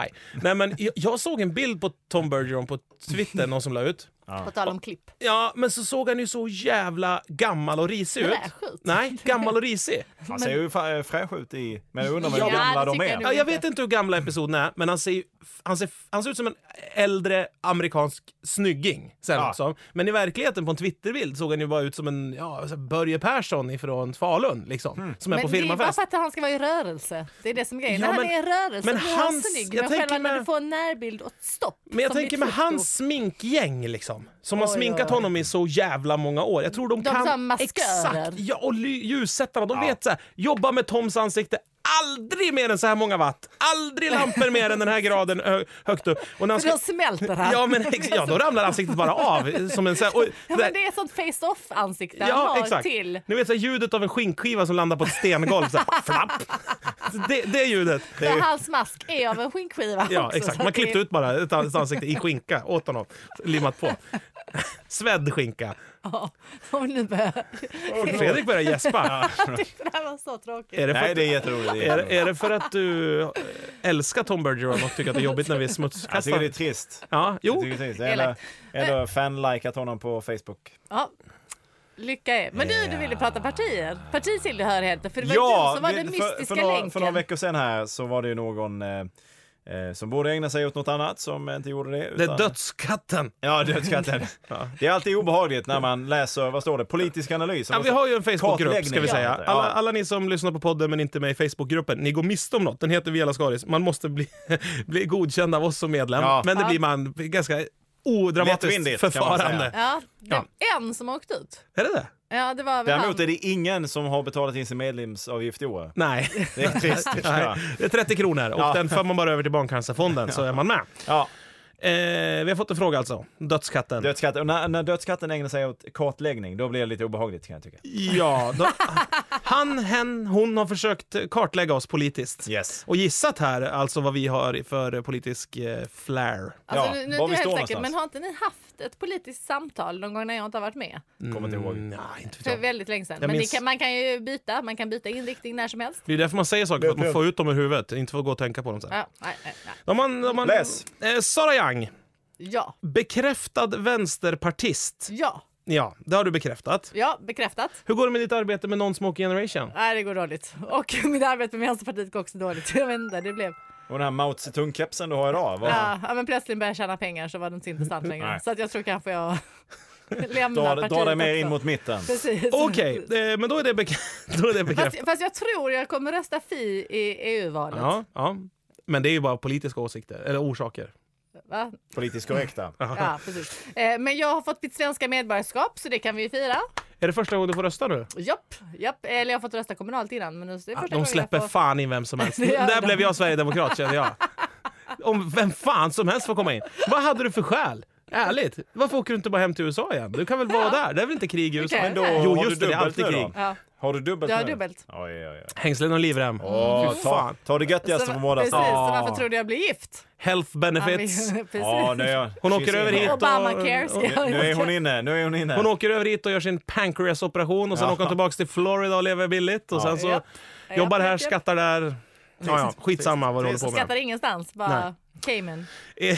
[SPEAKER 3] Nej, men jag, jag såg en bild på Tom Bergeron på Twitter, någon som la ut.
[SPEAKER 4] På tal om klipp.
[SPEAKER 3] Ja, men så såg han ju så jävla gammal och risig ut.
[SPEAKER 4] Fräsch ut.
[SPEAKER 3] Nej, gammal och risig.
[SPEAKER 2] Han ser ju fa- eh, fräsch ut i... Men jag undrar hur
[SPEAKER 4] Ja,
[SPEAKER 2] gamla
[SPEAKER 4] det
[SPEAKER 2] de
[SPEAKER 4] tycker
[SPEAKER 2] är.
[SPEAKER 4] jag
[SPEAKER 3] Ja, jag vet inte hur gamla episoden är, men han ser, ju- han ser, han ser ut som en äldre amerikansk snygging. Ser han
[SPEAKER 2] Ja.
[SPEAKER 3] ut som. Men i verkligheten på en Twitterbild såg han ju bara ut som en ja, alltså Börje Persson ifrån Falun, liksom, som är
[SPEAKER 4] Men
[SPEAKER 3] på
[SPEAKER 4] det är ju bara
[SPEAKER 3] firmafest.
[SPEAKER 4] för att han ska vara i rörelse. Det är det som är grejen.
[SPEAKER 3] Ja,
[SPEAKER 4] när
[SPEAKER 3] men-
[SPEAKER 4] han är i rörelse
[SPEAKER 3] men
[SPEAKER 4] blir han
[SPEAKER 3] hans-
[SPEAKER 4] snygg.
[SPEAKER 3] jag
[SPEAKER 4] Men
[SPEAKER 3] tänker
[SPEAKER 4] själva när
[SPEAKER 3] med-
[SPEAKER 4] du får en närbild och ett stopp.
[SPEAKER 3] Men jag
[SPEAKER 4] som
[SPEAKER 3] tänker
[SPEAKER 4] ditt
[SPEAKER 3] med
[SPEAKER 4] foto.
[SPEAKER 3] hans sminkgäng liksom, som har
[SPEAKER 4] Oj,
[SPEAKER 3] sminkat
[SPEAKER 4] oj, oj.
[SPEAKER 3] honom i så jävla många år. Jag tror de,
[SPEAKER 4] De som har
[SPEAKER 3] kan
[SPEAKER 4] maskörer.
[SPEAKER 3] exakt, ja, och ly- ljussättarna, de vet så här, jobba med Toms ansikte Aldrig mer än så här många watt, aldrig lampor mer än den här graden ö- högt upp. Och när han
[SPEAKER 4] För då smälter han.
[SPEAKER 3] Ja, men ex- ja, då ramlar ansiktet bara av. Som en, så här- och,
[SPEAKER 4] Ja, men det är sånt face-off ansikte han
[SPEAKER 3] Ja,
[SPEAKER 4] har
[SPEAKER 3] exakt.
[SPEAKER 4] till.
[SPEAKER 3] Ni vet så här, ljudet av en skinkskiva som landar på ett stengolv. Så här, flapp. Så Det, det ljudet.
[SPEAKER 4] Där hans mask är av en skinkskiva
[SPEAKER 3] Ja,
[SPEAKER 4] också,
[SPEAKER 3] exakt.
[SPEAKER 4] så
[SPEAKER 3] Man
[SPEAKER 4] att det är-
[SPEAKER 3] klippte ut bara ett ett ansikte i skinka åt honom. Limmat på. Svedd skinka.
[SPEAKER 4] Ja, och nu börjar...
[SPEAKER 3] Fredrik börjar gäspa.
[SPEAKER 4] det här var så tråkigt.
[SPEAKER 3] Är det, för
[SPEAKER 2] Nej,
[SPEAKER 3] att,
[SPEAKER 2] det är jätteroligt. Det
[SPEAKER 3] är,
[SPEAKER 2] är jätteroligt.
[SPEAKER 3] det- är det för att du eh, älskar Tom Bergeron och tycker att det är jobbigt när vi
[SPEAKER 2] Jag tycker det är
[SPEAKER 3] smutskastar?
[SPEAKER 2] trist.
[SPEAKER 3] Ja,
[SPEAKER 2] Jag
[SPEAKER 3] jo.
[SPEAKER 2] tycker det är trist. Eller,
[SPEAKER 4] Oh, Elakt.
[SPEAKER 2] eller fan-likat honom på Facebook.
[SPEAKER 4] Ja. Lycka er. Men du, du ville prata partier. Partitillhörigheter. För det var du som var
[SPEAKER 2] vi-
[SPEAKER 4] den mystiska
[SPEAKER 2] för, för, några,
[SPEAKER 4] länken.
[SPEAKER 2] för några veckor sedan här så var det ju någon eh, eh, som borde ägna sig åt något annat som inte gjorde det.
[SPEAKER 3] Det är
[SPEAKER 2] utan-
[SPEAKER 3] dödskatten.
[SPEAKER 2] Ja, dödskatten. Det är alltid obehagligt när man läser, vad står det, politisk analys.
[SPEAKER 3] Ja, vi har ju en Facebookgrupp ska vi
[SPEAKER 2] Alltså, Kartläggning.
[SPEAKER 3] säga.
[SPEAKER 2] Ja.
[SPEAKER 3] Alla, alla ni som lyssnar på podden men inte är med i Facebookgruppen, ni går miste om något. Den heter Via Lascaris. Man måste bli, bli godkänd av oss som medlem,
[SPEAKER 2] Ja.
[SPEAKER 3] men det
[SPEAKER 4] Ja.
[SPEAKER 3] blir man ganska odramatiskt
[SPEAKER 2] Lättvindigt, kan man
[SPEAKER 3] förfarande.
[SPEAKER 4] Ja, det
[SPEAKER 3] Ja.
[SPEAKER 4] är en som har åkt ut.
[SPEAKER 3] Är det det?
[SPEAKER 4] Ja, det var väl
[SPEAKER 2] Däremot
[SPEAKER 4] han.
[SPEAKER 2] är det ingen som har betalat in sin medlemsavgift i år.
[SPEAKER 3] Nej.
[SPEAKER 2] Det är trist. tycker jag.
[SPEAKER 3] Nej. Det är 30 kronor och
[SPEAKER 2] Ja.
[SPEAKER 3] den för man bara över till Barncancerfonden så är man med.
[SPEAKER 2] ja,
[SPEAKER 3] Eh, vi har fått en fråga alltså. Dödskatten.
[SPEAKER 2] dödskatten. Och när, när dödskatten ägnar sig åt kartläggning, då blir det lite obehagligt kan jag tycka.
[SPEAKER 3] Ja, då, han, hen, hon har försökt kartlägga oss politiskt.
[SPEAKER 2] Yes.
[SPEAKER 3] Och gissat här alltså vad vi har för politisk eh, flair.
[SPEAKER 4] Alltså,
[SPEAKER 2] Ja,
[SPEAKER 4] nu, nu,
[SPEAKER 2] var
[SPEAKER 4] är
[SPEAKER 2] vi
[SPEAKER 4] jag
[SPEAKER 2] står
[SPEAKER 4] helt säker,
[SPEAKER 2] någonstans.
[SPEAKER 4] men har inte ni haft ett politiskt samtal någon gång när jag inte har varit med?
[SPEAKER 2] Kommer inte ihåg.
[SPEAKER 3] Nej, inte vet
[SPEAKER 4] För
[SPEAKER 3] jag.
[SPEAKER 4] väldigt länge sedan.
[SPEAKER 3] Jag
[SPEAKER 4] Men ni
[SPEAKER 3] minns-
[SPEAKER 4] kan, man kan ju byta, man kan byta inriktning när som helst.
[SPEAKER 3] Det är därför man säger saker, för att man
[SPEAKER 2] Verkligen.
[SPEAKER 3] får ut dem ur huvudet. Inte får gå och tänka på dem sen.
[SPEAKER 4] Ja, nej, nej, nej.
[SPEAKER 3] Om man, om man,
[SPEAKER 2] Läs.
[SPEAKER 3] Eh, Sara Young,
[SPEAKER 4] ja,
[SPEAKER 3] bekräftad vänsterpartist.
[SPEAKER 4] ja,
[SPEAKER 3] Ja, det har du bekräftat.
[SPEAKER 4] ja bekräftat.
[SPEAKER 3] Hur går det med ditt arbete med Non-Smoking Generation?
[SPEAKER 4] Nej, det går dåligt. Och mitt arbete med Vänsterpartiet går också dåligt. Jag vet inte, det blev...
[SPEAKER 2] Och den här Mao Zedong-kepsen du har idag, vad,
[SPEAKER 4] Ja, ja, men plötsligt började jag tjäna pengar så var det inte så intressant längre.
[SPEAKER 2] Nej.
[SPEAKER 4] Så att jag tror kanske jag lämnar
[SPEAKER 2] dra,
[SPEAKER 4] partiet
[SPEAKER 2] dra dig mer in
[SPEAKER 4] också.
[SPEAKER 2] mot mitten.
[SPEAKER 4] Precis.
[SPEAKER 3] Okej, eh, men då är det, bek- då är det bekräftat.
[SPEAKER 4] Fast, fast jag tror jag kommer rösta Fi i E EU-valet.
[SPEAKER 3] Ja, ja. Men det är ju bara politiska åsikter, eller orsaker.
[SPEAKER 4] Va?
[SPEAKER 2] Politiskt korrekta.
[SPEAKER 4] Ja, precis. Eh, men jag har fått mitt svenska medborgarskap så det kan vi ju fira.
[SPEAKER 3] Är det första gången du får rösta nu?
[SPEAKER 4] Japp, japp. Eller jag har fått rösta kommunalt innan. Men nu, det är första
[SPEAKER 3] Ah, De
[SPEAKER 4] gången
[SPEAKER 3] släpper
[SPEAKER 4] jag får...
[SPEAKER 3] fan in vem som helst.
[SPEAKER 4] Det gör
[SPEAKER 3] Där
[SPEAKER 4] de.
[SPEAKER 3] blev jag sverigedemokrat kände jag. Om vem fan som helst får komma in. Vad hade du för skäl? Ärligt, varför åker du inte bara hem till USA igen? Du kan väl vara där? Det är väl inte krig i USA?
[SPEAKER 4] kan
[SPEAKER 2] Men då,
[SPEAKER 4] Jo,
[SPEAKER 2] har
[SPEAKER 3] just
[SPEAKER 2] du
[SPEAKER 3] det, det är
[SPEAKER 2] dubbelt
[SPEAKER 3] alltid
[SPEAKER 2] nu då?
[SPEAKER 3] krig.
[SPEAKER 4] Ja.
[SPEAKER 2] Har du dubbelt
[SPEAKER 4] Jag har
[SPEAKER 2] nu?
[SPEAKER 4] dubbelt.
[SPEAKER 2] Oj, oj, oj.
[SPEAKER 3] Hängslen och livrem.
[SPEAKER 2] Åh,
[SPEAKER 3] Fy
[SPEAKER 2] ta,
[SPEAKER 3] fan.
[SPEAKER 2] ta det göttigaste
[SPEAKER 4] Så-
[SPEAKER 2] från båda. Ah.
[SPEAKER 4] Precis, så
[SPEAKER 2] sidor.
[SPEAKER 4] varför trodde jag blev gift?
[SPEAKER 3] Health benefits.
[SPEAKER 4] Ja, precis.
[SPEAKER 2] Ja, nu är jag,
[SPEAKER 3] Hon åker
[SPEAKER 2] Precis
[SPEAKER 3] över
[SPEAKER 2] innan.
[SPEAKER 3] hit och...
[SPEAKER 4] Obamacare ska jag
[SPEAKER 2] Nu är hon inne, nu är hon inne.
[SPEAKER 3] Hon åker över hit och gör sin pancreasoperation och sen
[SPEAKER 2] Ja.
[SPEAKER 3] åker hon tillbaka till Florida och lever billigt och sen så
[SPEAKER 4] Japp.
[SPEAKER 3] jobbar
[SPEAKER 4] Japp,
[SPEAKER 3] här,
[SPEAKER 4] japp, japp.
[SPEAKER 3] skattar där. Ja, ja, skitsamma vad du håller på med.
[SPEAKER 4] Skattar ingenstans, bara Cayman.
[SPEAKER 3] Eh,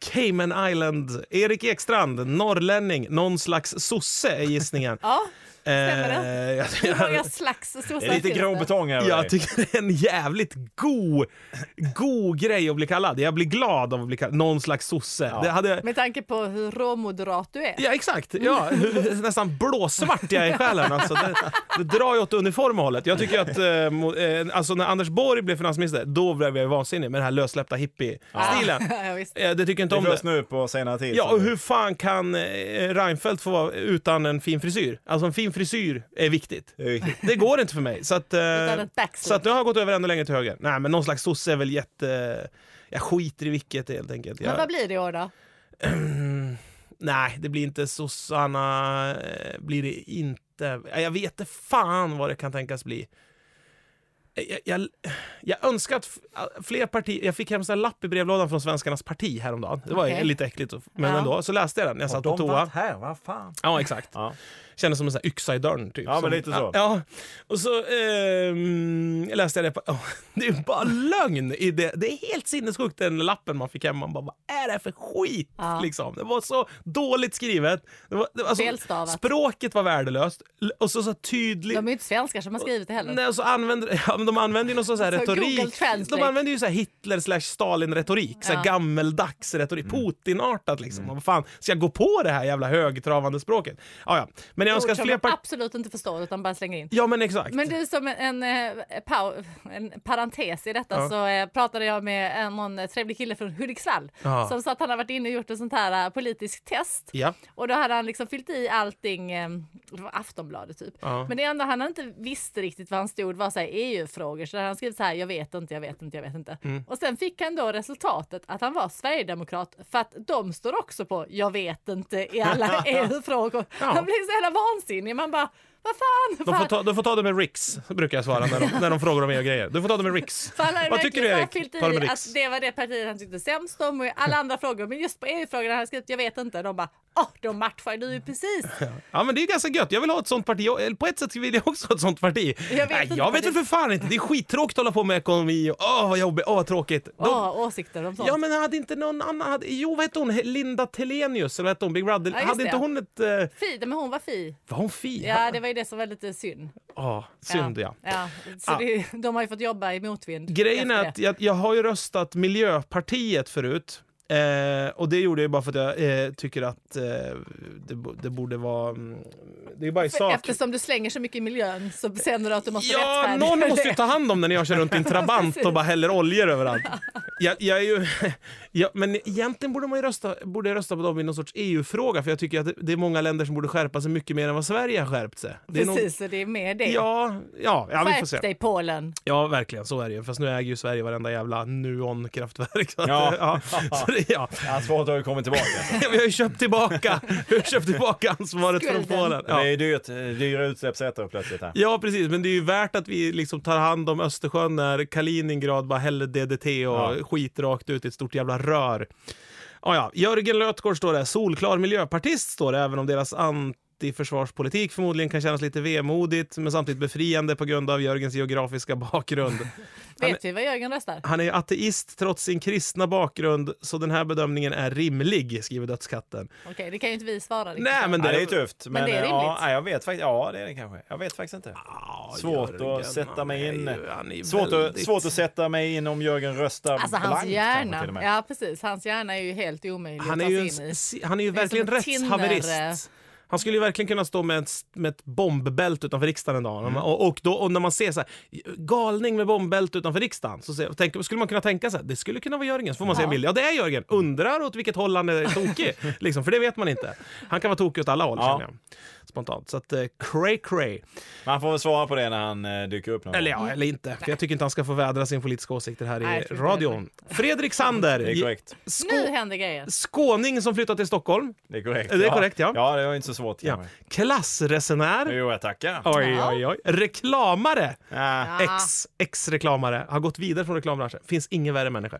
[SPEAKER 3] Cayman Island. Erik Ekstrand, norrlänning, någon slags sosse är gissningen.
[SPEAKER 4] Ja, stämmer
[SPEAKER 3] Eh, jag,
[SPEAKER 4] hur många
[SPEAKER 3] jag,
[SPEAKER 4] slags sossar
[SPEAKER 2] Det är lite
[SPEAKER 4] finns det?
[SPEAKER 2] grå betong över dig.
[SPEAKER 3] jag tycker det är en jävligt god, god grej att bli kallad. Jag blir glad av att bli kallad någon slags sosse. Det hade,
[SPEAKER 4] Med tanke på hur råmoderat du är.
[SPEAKER 3] ja, exakt. Ja, hur- nästan blåsvart jag är i själen. Alltså, det, det drar ju åt uniformhållet. Jag tycker att eh, mo- eh, alltså, när Anders Borg blev finansminister, då blev jag ju vansinnig med den här lössläppta hippie-stilen.
[SPEAKER 4] Ja, visst.
[SPEAKER 3] Eh, Det tycker jag inte
[SPEAKER 2] det är
[SPEAKER 3] om.
[SPEAKER 2] först nu på senare tid.
[SPEAKER 3] Ja,
[SPEAKER 2] som
[SPEAKER 3] och
[SPEAKER 2] du-
[SPEAKER 3] hur fan kan eh, Reinfeldt få vara utan en fin frisyr? Alltså en fin frisyr är viktigt.
[SPEAKER 2] det är viktigt.
[SPEAKER 3] Det går inte för mig. Så att, eh,
[SPEAKER 4] Utan ett liksom. backslap.
[SPEAKER 3] så att nu har jag gått över ännu längre till höger. Nej, men någon slags sosse är väl jätte... Jag skiter i vilket helt enkelt.
[SPEAKER 4] Men vad
[SPEAKER 3] Jag,
[SPEAKER 4] blir det i år då?
[SPEAKER 3] nej, det blir inte sossarna. eh, Blir det inte. Ja, Jag vet inte fan vad det kan tänkas bli. jag, jag, jag önskar att f- fler partier... Jag fick hem en lapp i brevlådan från Svenskarnas parti häromdagen. Det var
[SPEAKER 4] Okej.
[SPEAKER 3] lite äckligt, men
[SPEAKER 4] Ja.
[SPEAKER 3] ändå. Så läste jag den. Jag satt på toa.
[SPEAKER 2] här, vad fan.
[SPEAKER 3] Ja, exakt.
[SPEAKER 2] Ja.
[SPEAKER 3] Kändes som en sån här yxa i dörren. Typ.
[SPEAKER 2] Ja, men
[SPEAKER 3] som,
[SPEAKER 2] lite så.
[SPEAKER 3] Ja. Och så ehm, läste jag det. På, Ja, det är ju bara lögn. I det. det är helt sinnessjukt den lappen man fick hem. Man bara, vad är det här för skit?
[SPEAKER 4] Ja.
[SPEAKER 3] Liksom. Det var så dåligt skrivet. Det var, det, var-
[SPEAKER 4] Felstavat.
[SPEAKER 3] språket var värdelöst. L- Och så, så tydligt.
[SPEAKER 4] De är ju inte svenskar som har skrivit det heller.
[SPEAKER 3] Nej, och så använder, ja, men de använder ju någon sån här
[SPEAKER 4] Så Alltså, Google
[SPEAKER 3] retorik.
[SPEAKER 4] Translate.
[SPEAKER 3] De använder ju så här Hitler slash Stalin retorik. Så här
[SPEAKER 4] Ja.
[SPEAKER 3] gammeldags retorik. Putinartat liksom. Vad fan, ska jag gå på det här jävla högtravande språket? Ja, ja. Men jag
[SPEAKER 4] Ord
[SPEAKER 3] önskar att
[SPEAKER 4] som
[SPEAKER 3] fler
[SPEAKER 4] de
[SPEAKER 3] partier...
[SPEAKER 4] absolut inte förstår utan bara slänger in.
[SPEAKER 3] Ja, men exakt.
[SPEAKER 4] Men du, som en, en, eh, pau, en parentes i detta
[SPEAKER 3] Ja.
[SPEAKER 4] så eh, pratade jag med en, någon trevlig kille från Hudiksvall
[SPEAKER 3] Ja.
[SPEAKER 4] som sa att han har varit inne och gjort ett sånt här eh, politiskt test.
[SPEAKER 3] Ja.
[SPEAKER 4] Och då hade han liksom fyllt i allting, eh, det var Aftonbladet typ.
[SPEAKER 3] Ja.
[SPEAKER 4] Men det enda han inte visste riktigt vad han stod var så här EU-frågor. Så där han skrev så här, jag vet inte, jag vet inte, jag vet inte.
[SPEAKER 3] Mm.
[SPEAKER 4] Och sen fick han då resultatet att han var sverigedemokrat för att de står också på, jag vet inte, i alla EU-frågor. Han blev så jävla vansinnig. Man bara, vad fan?
[SPEAKER 3] De
[SPEAKER 4] Fan.
[SPEAKER 3] får, ta, de får ta det med Riks, brukar jag svara när de, när de frågar om EU-grejer. Du får ta det med Riks.
[SPEAKER 4] För han hade
[SPEAKER 3] Vad tycker du,
[SPEAKER 4] verkligen
[SPEAKER 3] Erik?
[SPEAKER 4] fyllt i
[SPEAKER 3] Ta det med
[SPEAKER 4] Att
[SPEAKER 3] Riks.
[SPEAKER 4] det var det partiet han tyckte sämst om och i alla andra frågor. Men just på EU-frågorna han skrivit, jag vet inte. De bara, åh, de matchar du ju precis.
[SPEAKER 3] Ja, men det är ganska gött. Jag vill ha ett sånt parti. Eller På ett sätt vill jag också ha ett sånt parti.
[SPEAKER 4] Jag vet
[SPEAKER 3] Nej,
[SPEAKER 4] inte
[SPEAKER 3] jag
[SPEAKER 4] vad
[SPEAKER 3] vet
[SPEAKER 4] det-
[SPEAKER 3] väl för fan inte. Det är skittråkigt att hålla på med ekonomi och åh, vad jobbigt. Åh, vad tråkigt. De,
[SPEAKER 4] Åh, åsikter om sånt.
[SPEAKER 3] Ja, men hade inte någon annan... Hade, jo, vad hette hon? Linda Telenius, eller vad hette hon? Big Brother.
[SPEAKER 4] Ja, just
[SPEAKER 3] hade inte
[SPEAKER 4] det.
[SPEAKER 3] hon ett... eh,
[SPEAKER 4] Fi, men hon var fi.
[SPEAKER 3] var hon fi?
[SPEAKER 4] Ja, det var ju det som var lite synd.
[SPEAKER 3] Ja, synd ja.
[SPEAKER 4] ja. Så
[SPEAKER 3] Ah.
[SPEAKER 4] det, de har ju fått jobba i motvind.
[SPEAKER 3] Grejen
[SPEAKER 4] efter
[SPEAKER 3] är
[SPEAKER 4] det.
[SPEAKER 3] att jag, jag har ju röstat Miljöpartiet förut. Eh, och det gjorde jag ju bara för att jag eh, tycker att eh, det, bo- det borde vara... mm, Det är ju bara i
[SPEAKER 4] För
[SPEAKER 3] sak.
[SPEAKER 4] Eftersom du slänger så mycket i miljön så känner du att du måste
[SPEAKER 3] Ja,
[SPEAKER 4] rättfärdiga
[SPEAKER 3] någon
[SPEAKER 4] det.
[SPEAKER 3] måste ju ta hand om den när jag kör runt i en trabant och bara häller oljor överallt. Jag, jag är ju, ja, men egentligen borde, man ju rösta, borde jag rösta på dem i någon sorts EU-fråga för jag tycker att det- det är många länder som borde skärpa sig mycket mer än vad Sverige har skärpt sig. Det är någon-
[SPEAKER 4] Precis, så det är med det.
[SPEAKER 3] ja, ja, ja, vi får
[SPEAKER 4] Skärp
[SPEAKER 3] se.
[SPEAKER 4] dig Polen.
[SPEAKER 3] Ja, verkligen. Så är det ju. Fast nu äger ju Sverige varenda jävla Nuon-kraftverk. Så att,
[SPEAKER 2] Ja.
[SPEAKER 3] ja. Så det, ja.
[SPEAKER 2] Ansvaret har ju kommit tillbaka. alltså.
[SPEAKER 3] Vi har ju köpt tillbaka, vi har köpt tillbaka ansvaret från
[SPEAKER 4] Skulden.
[SPEAKER 3] Polen.
[SPEAKER 2] Det är
[SPEAKER 3] Ja.
[SPEAKER 2] ju dyrt, eh, dyra utsläppsrätter plötsligt här.
[SPEAKER 3] ja, precis. Men det är ju värt att vi liksom tar hand om Östersjön när Kaliningrad bara häller DDT och
[SPEAKER 2] Ja.
[SPEAKER 3] skit rakt ut i ett stort jävla rör. Ja, ja. Jörgen Lötgård står det. Solklar miljöpartist står det, även om deras antiförsvarspolitik förmodligen kan kännas lite vemodigt, men samtidigt befriande på grund av Jörgens geografiska bakgrund.
[SPEAKER 4] Vet vi vad Jörgen röstar?
[SPEAKER 3] Han är ju ateist trots sin kristna bakgrund, så den här bedömningen är rimlig, skriver dödskatten.
[SPEAKER 4] Okej, det kan ju inte vi svara riktigt.
[SPEAKER 3] Nej, men
[SPEAKER 2] Ja,
[SPEAKER 3] det,
[SPEAKER 2] det är tufft. Men,
[SPEAKER 4] det är
[SPEAKER 2] eh, ja,
[SPEAKER 4] rimligt.
[SPEAKER 2] nej, jag vet faktiskt. Ja, det är det kanske. Jag vet faktiskt inte.
[SPEAKER 3] Ja,
[SPEAKER 2] Svårt
[SPEAKER 3] Jörgen,
[SPEAKER 2] att sätta mig
[SPEAKER 3] han
[SPEAKER 2] in.
[SPEAKER 3] är ju- han är ju
[SPEAKER 2] Svårt att,
[SPEAKER 3] väldigt-
[SPEAKER 2] svårt att sätta mig in om Jörgen röstar
[SPEAKER 4] Alltså hans
[SPEAKER 2] blankt kanske till och
[SPEAKER 4] hjärna.
[SPEAKER 2] med.
[SPEAKER 4] Ja, precis. Hans hjärna är ju helt omöjlig
[SPEAKER 3] Han
[SPEAKER 4] att
[SPEAKER 3] är
[SPEAKER 4] ta
[SPEAKER 3] ju,
[SPEAKER 4] sig
[SPEAKER 3] en,
[SPEAKER 4] in i.
[SPEAKER 3] s- han är ju
[SPEAKER 4] Det är som
[SPEAKER 3] verkligen
[SPEAKER 4] en Tinder, eh.
[SPEAKER 3] rättshaverist. Han skulle ju verkligen kunna stå med ett, s- med ett bombbälte utanför riksdagen en dag.
[SPEAKER 4] Mm.
[SPEAKER 3] Och, och, då, och när man ser så här, galning med bombbälte utanför riksdagen, så ser, tänk, skulle man kunna tänka så här, det skulle kunna vara Jörgen. Så får man se en bild, ja det är Jörgen.
[SPEAKER 4] Mm.
[SPEAKER 3] Undrar åt vilket håll han är tokig, liksom, för det vet man inte. Han kan vara tokig åt alla håll,
[SPEAKER 2] Ja.
[SPEAKER 3] känner jag. Spontant. Så att, eh, cray cray.
[SPEAKER 2] Man får väl svara på det när han eh, dyker upp någon
[SPEAKER 3] Eller ja, eller inte. För jag tycker inte han ska få vädra sin politiska åsikter här
[SPEAKER 4] Nej,
[SPEAKER 3] i
[SPEAKER 4] jag tror inte
[SPEAKER 3] radion. Fredrik Sander,
[SPEAKER 2] gång. Det är korrekt.
[SPEAKER 4] Nu
[SPEAKER 3] sko-
[SPEAKER 4] händer grejer.
[SPEAKER 3] skåning som flyttat till Stockholm.
[SPEAKER 2] Det är korrekt.
[SPEAKER 3] Det är korrekt, ja.
[SPEAKER 2] Ja, det var inte så svårt.
[SPEAKER 3] Ja.
[SPEAKER 2] Ja.
[SPEAKER 3] Klassresenär.
[SPEAKER 2] Jo, jag tackar.
[SPEAKER 3] Oj,
[SPEAKER 4] Ja.
[SPEAKER 3] oj, oj. Reklamare.
[SPEAKER 2] Ah,
[SPEAKER 3] Ex, ex-reklamare. Har gått vidare från reklambranschen. Finns ingen värre människa.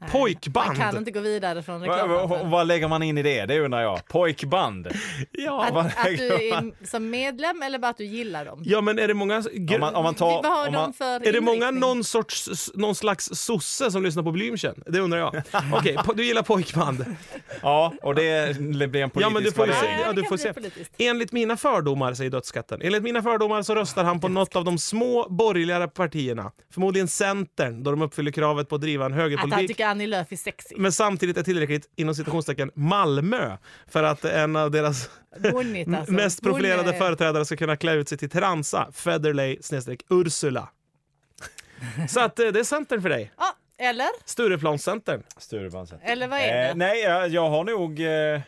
[SPEAKER 4] Man kan
[SPEAKER 3] Pojkband.
[SPEAKER 4] inte gå vidare från
[SPEAKER 2] vad-
[SPEAKER 4] reklamen.
[SPEAKER 2] vad- Vad lägger man in i det? Det undrar jag. Pojkband.
[SPEAKER 3] Ja.
[SPEAKER 2] vad
[SPEAKER 4] Att, att du
[SPEAKER 2] lägger man-
[SPEAKER 4] är som medlem eller bara att du gillar dem?
[SPEAKER 3] ja, men är det många...
[SPEAKER 2] Om man, om man tar...
[SPEAKER 4] Vad har
[SPEAKER 2] om
[SPEAKER 4] de
[SPEAKER 2] man,
[SPEAKER 4] för
[SPEAKER 3] Är det många
[SPEAKER 4] inriktning?
[SPEAKER 3] någon, sorts, någon slags sosse som lyssnar på Blümchen? Det undrar jag. Okej, po- du gillar pojkband.
[SPEAKER 2] ja, och det blir en politisk
[SPEAKER 3] Ja, men du får ju
[SPEAKER 2] värdering.
[SPEAKER 3] se. Ja,
[SPEAKER 4] det
[SPEAKER 3] du
[SPEAKER 4] kan
[SPEAKER 3] får
[SPEAKER 4] bli
[SPEAKER 3] se.
[SPEAKER 4] politiskt.
[SPEAKER 3] Enligt mina fördomar, säger dödskatten, enligt mina fördomar så röstar han på något av de små borgerliga partierna. Förmodligen Centern, då de uppfyller kravet på att driva en
[SPEAKER 4] Att han
[SPEAKER 3] högerpolitik.
[SPEAKER 4] tycker Annie Lööf är sexig.
[SPEAKER 3] Men samtidigt är tillräckligt, inom citationstecken, Malmö för att en av deras
[SPEAKER 4] Bonigt alltså.
[SPEAKER 3] mest profilerade
[SPEAKER 4] Hon är-
[SPEAKER 3] företrädare ska kunna klä ut sig till transa, Federley snedstreck Ursula. Så att eh, det är Centern för dig.
[SPEAKER 4] Ja, eller?
[SPEAKER 3] Stureplanscentern.
[SPEAKER 2] Sturebandscentern.
[SPEAKER 4] Eller vad är
[SPEAKER 2] Eh,
[SPEAKER 4] det?
[SPEAKER 2] nej, jag, jag har nog... Eh,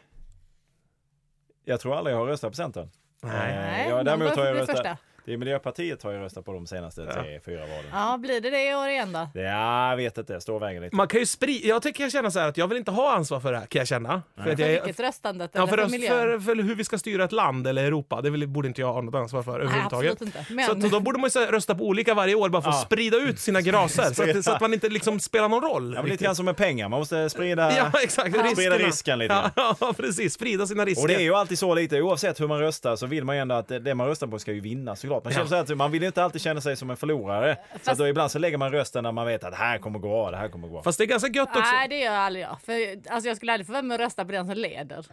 [SPEAKER 2] jag tror aldrig jag har röstat på Centern.
[SPEAKER 3] Nej.
[SPEAKER 2] jag,
[SPEAKER 4] men
[SPEAKER 2] däremot
[SPEAKER 4] varför
[SPEAKER 2] har jag
[SPEAKER 4] blir
[SPEAKER 2] röstat,
[SPEAKER 4] första?
[SPEAKER 2] Det är Miljöpartiet har ju röstat på de senaste tre, fyra valen.
[SPEAKER 4] Ja, blir det det i år igen då?
[SPEAKER 2] Ja, jag vet inte. Står och väger lite.
[SPEAKER 3] Man kan ju sprida... Jag tycker jag känner så här att jag vill inte ha ansvar för det här, kan jag känna. För att jag,
[SPEAKER 4] För
[SPEAKER 3] är-
[SPEAKER 4] vilket röstandet?
[SPEAKER 3] ja,
[SPEAKER 4] eller
[SPEAKER 3] för,
[SPEAKER 4] för
[SPEAKER 3] oss-
[SPEAKER 4] miljön?
[SPEAKER 3] för, för hur vi ska styra ett land eller Europa, det vill- borde inte jag ha något ansvar för överhuvudtaget.
[SPEAKER 4] absolut inte.
[SPEAKER 3] Så
[SPEAKER 4] Men-
[SPEAKER 3] att, då borde man ju så här rösta på olika varje år bara för att
[SPEAKER 2] Ja.
[SPEAKER 3] sprida ut sina graser så att, så att man inte liksom spelar någon roll.
[SPEAKER 2] Ja, men lite
[SPEAKER 3] riktigt.
[SPEAKER 2] grann som med pengar. Man måste sprida...
[SPEAKER 3] Ja, exakt.
[SPEAKER 2] Sprida
[SPEAKER 3] Riskerna.
[SPEAKER 2] risken lite grann.
[SPEAKER 3] Ja, ja, precis. Sprida sina risker.
[SPEAKER 2] Och det är ju alltid så lite, oavsett hur man röstar så vill man ju ändå att det man röstar på ska ju vinna såklart. Man, känner så här att man vill ju inte alltid känna sig som en förlorare. Så att då ibland så lägger man rösten när man vet att det här kommer gå bra, det här kommer gå bra.
[SPEAKER 3] Fast det är ganska gött också.
[SPEAKER 4] Nej, det gör aldrig jag. För, alltså, jag skulle aldrig få vara med och rösta på den som leder.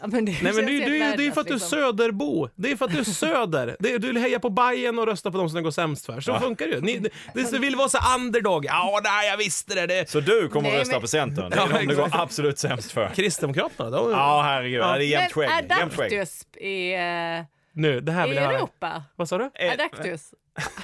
[SPEAKER 4] Ja, Men det
[SPEAKER 3] Nej men
[SPEAKER 4] känns liksom.
[SPEAKER 3] det, är-
[SPEAKER 4] helt
[SPEAKER 3] det, är- det är för att du är
[SPEAKER 4] värdelöst,
[SPEAKER 3] söderbo. Det är för att du är söder. Det är, du hejar på Bayern och röstar på de som det går sämst för. Så funkar det ju. Ni, det, det vill vara så underdog. Ja, nej, jag visste det. det.
[SPEAKER 2] Så du kommer
[SPEAKER 4] Nej,
[SPEAKER 2] att rösta
[SPEAKER 4] men-
[SPEAKER 2] på Centern? Det
[SPEAKER 3] Ja,
[SPEAKER 2] är de det går
[SPEAKER 3] exakt.
[SPEAKER 2] absolut sämst för.
[SPEAKER 3] Kristdemokraterna då?
[SPEAKER 2] Ja, herregud. Ja. Det är jämnt
[SPEAKER 4] Men
[SPEAKER 2] skägg. Jämnt skägg.
[SPEAKER 4] Adactus i, eh,
[SPEAKER 3] Nu, det här
[SPEAKER 4] i
[SPEAKER 3] vill jag höra.
[SPEAKER 4] Europa.
[SPEAKER 3] Vad sa du?
[SPEAKER 2] Eh,
[SPEAKER 4] Adactus.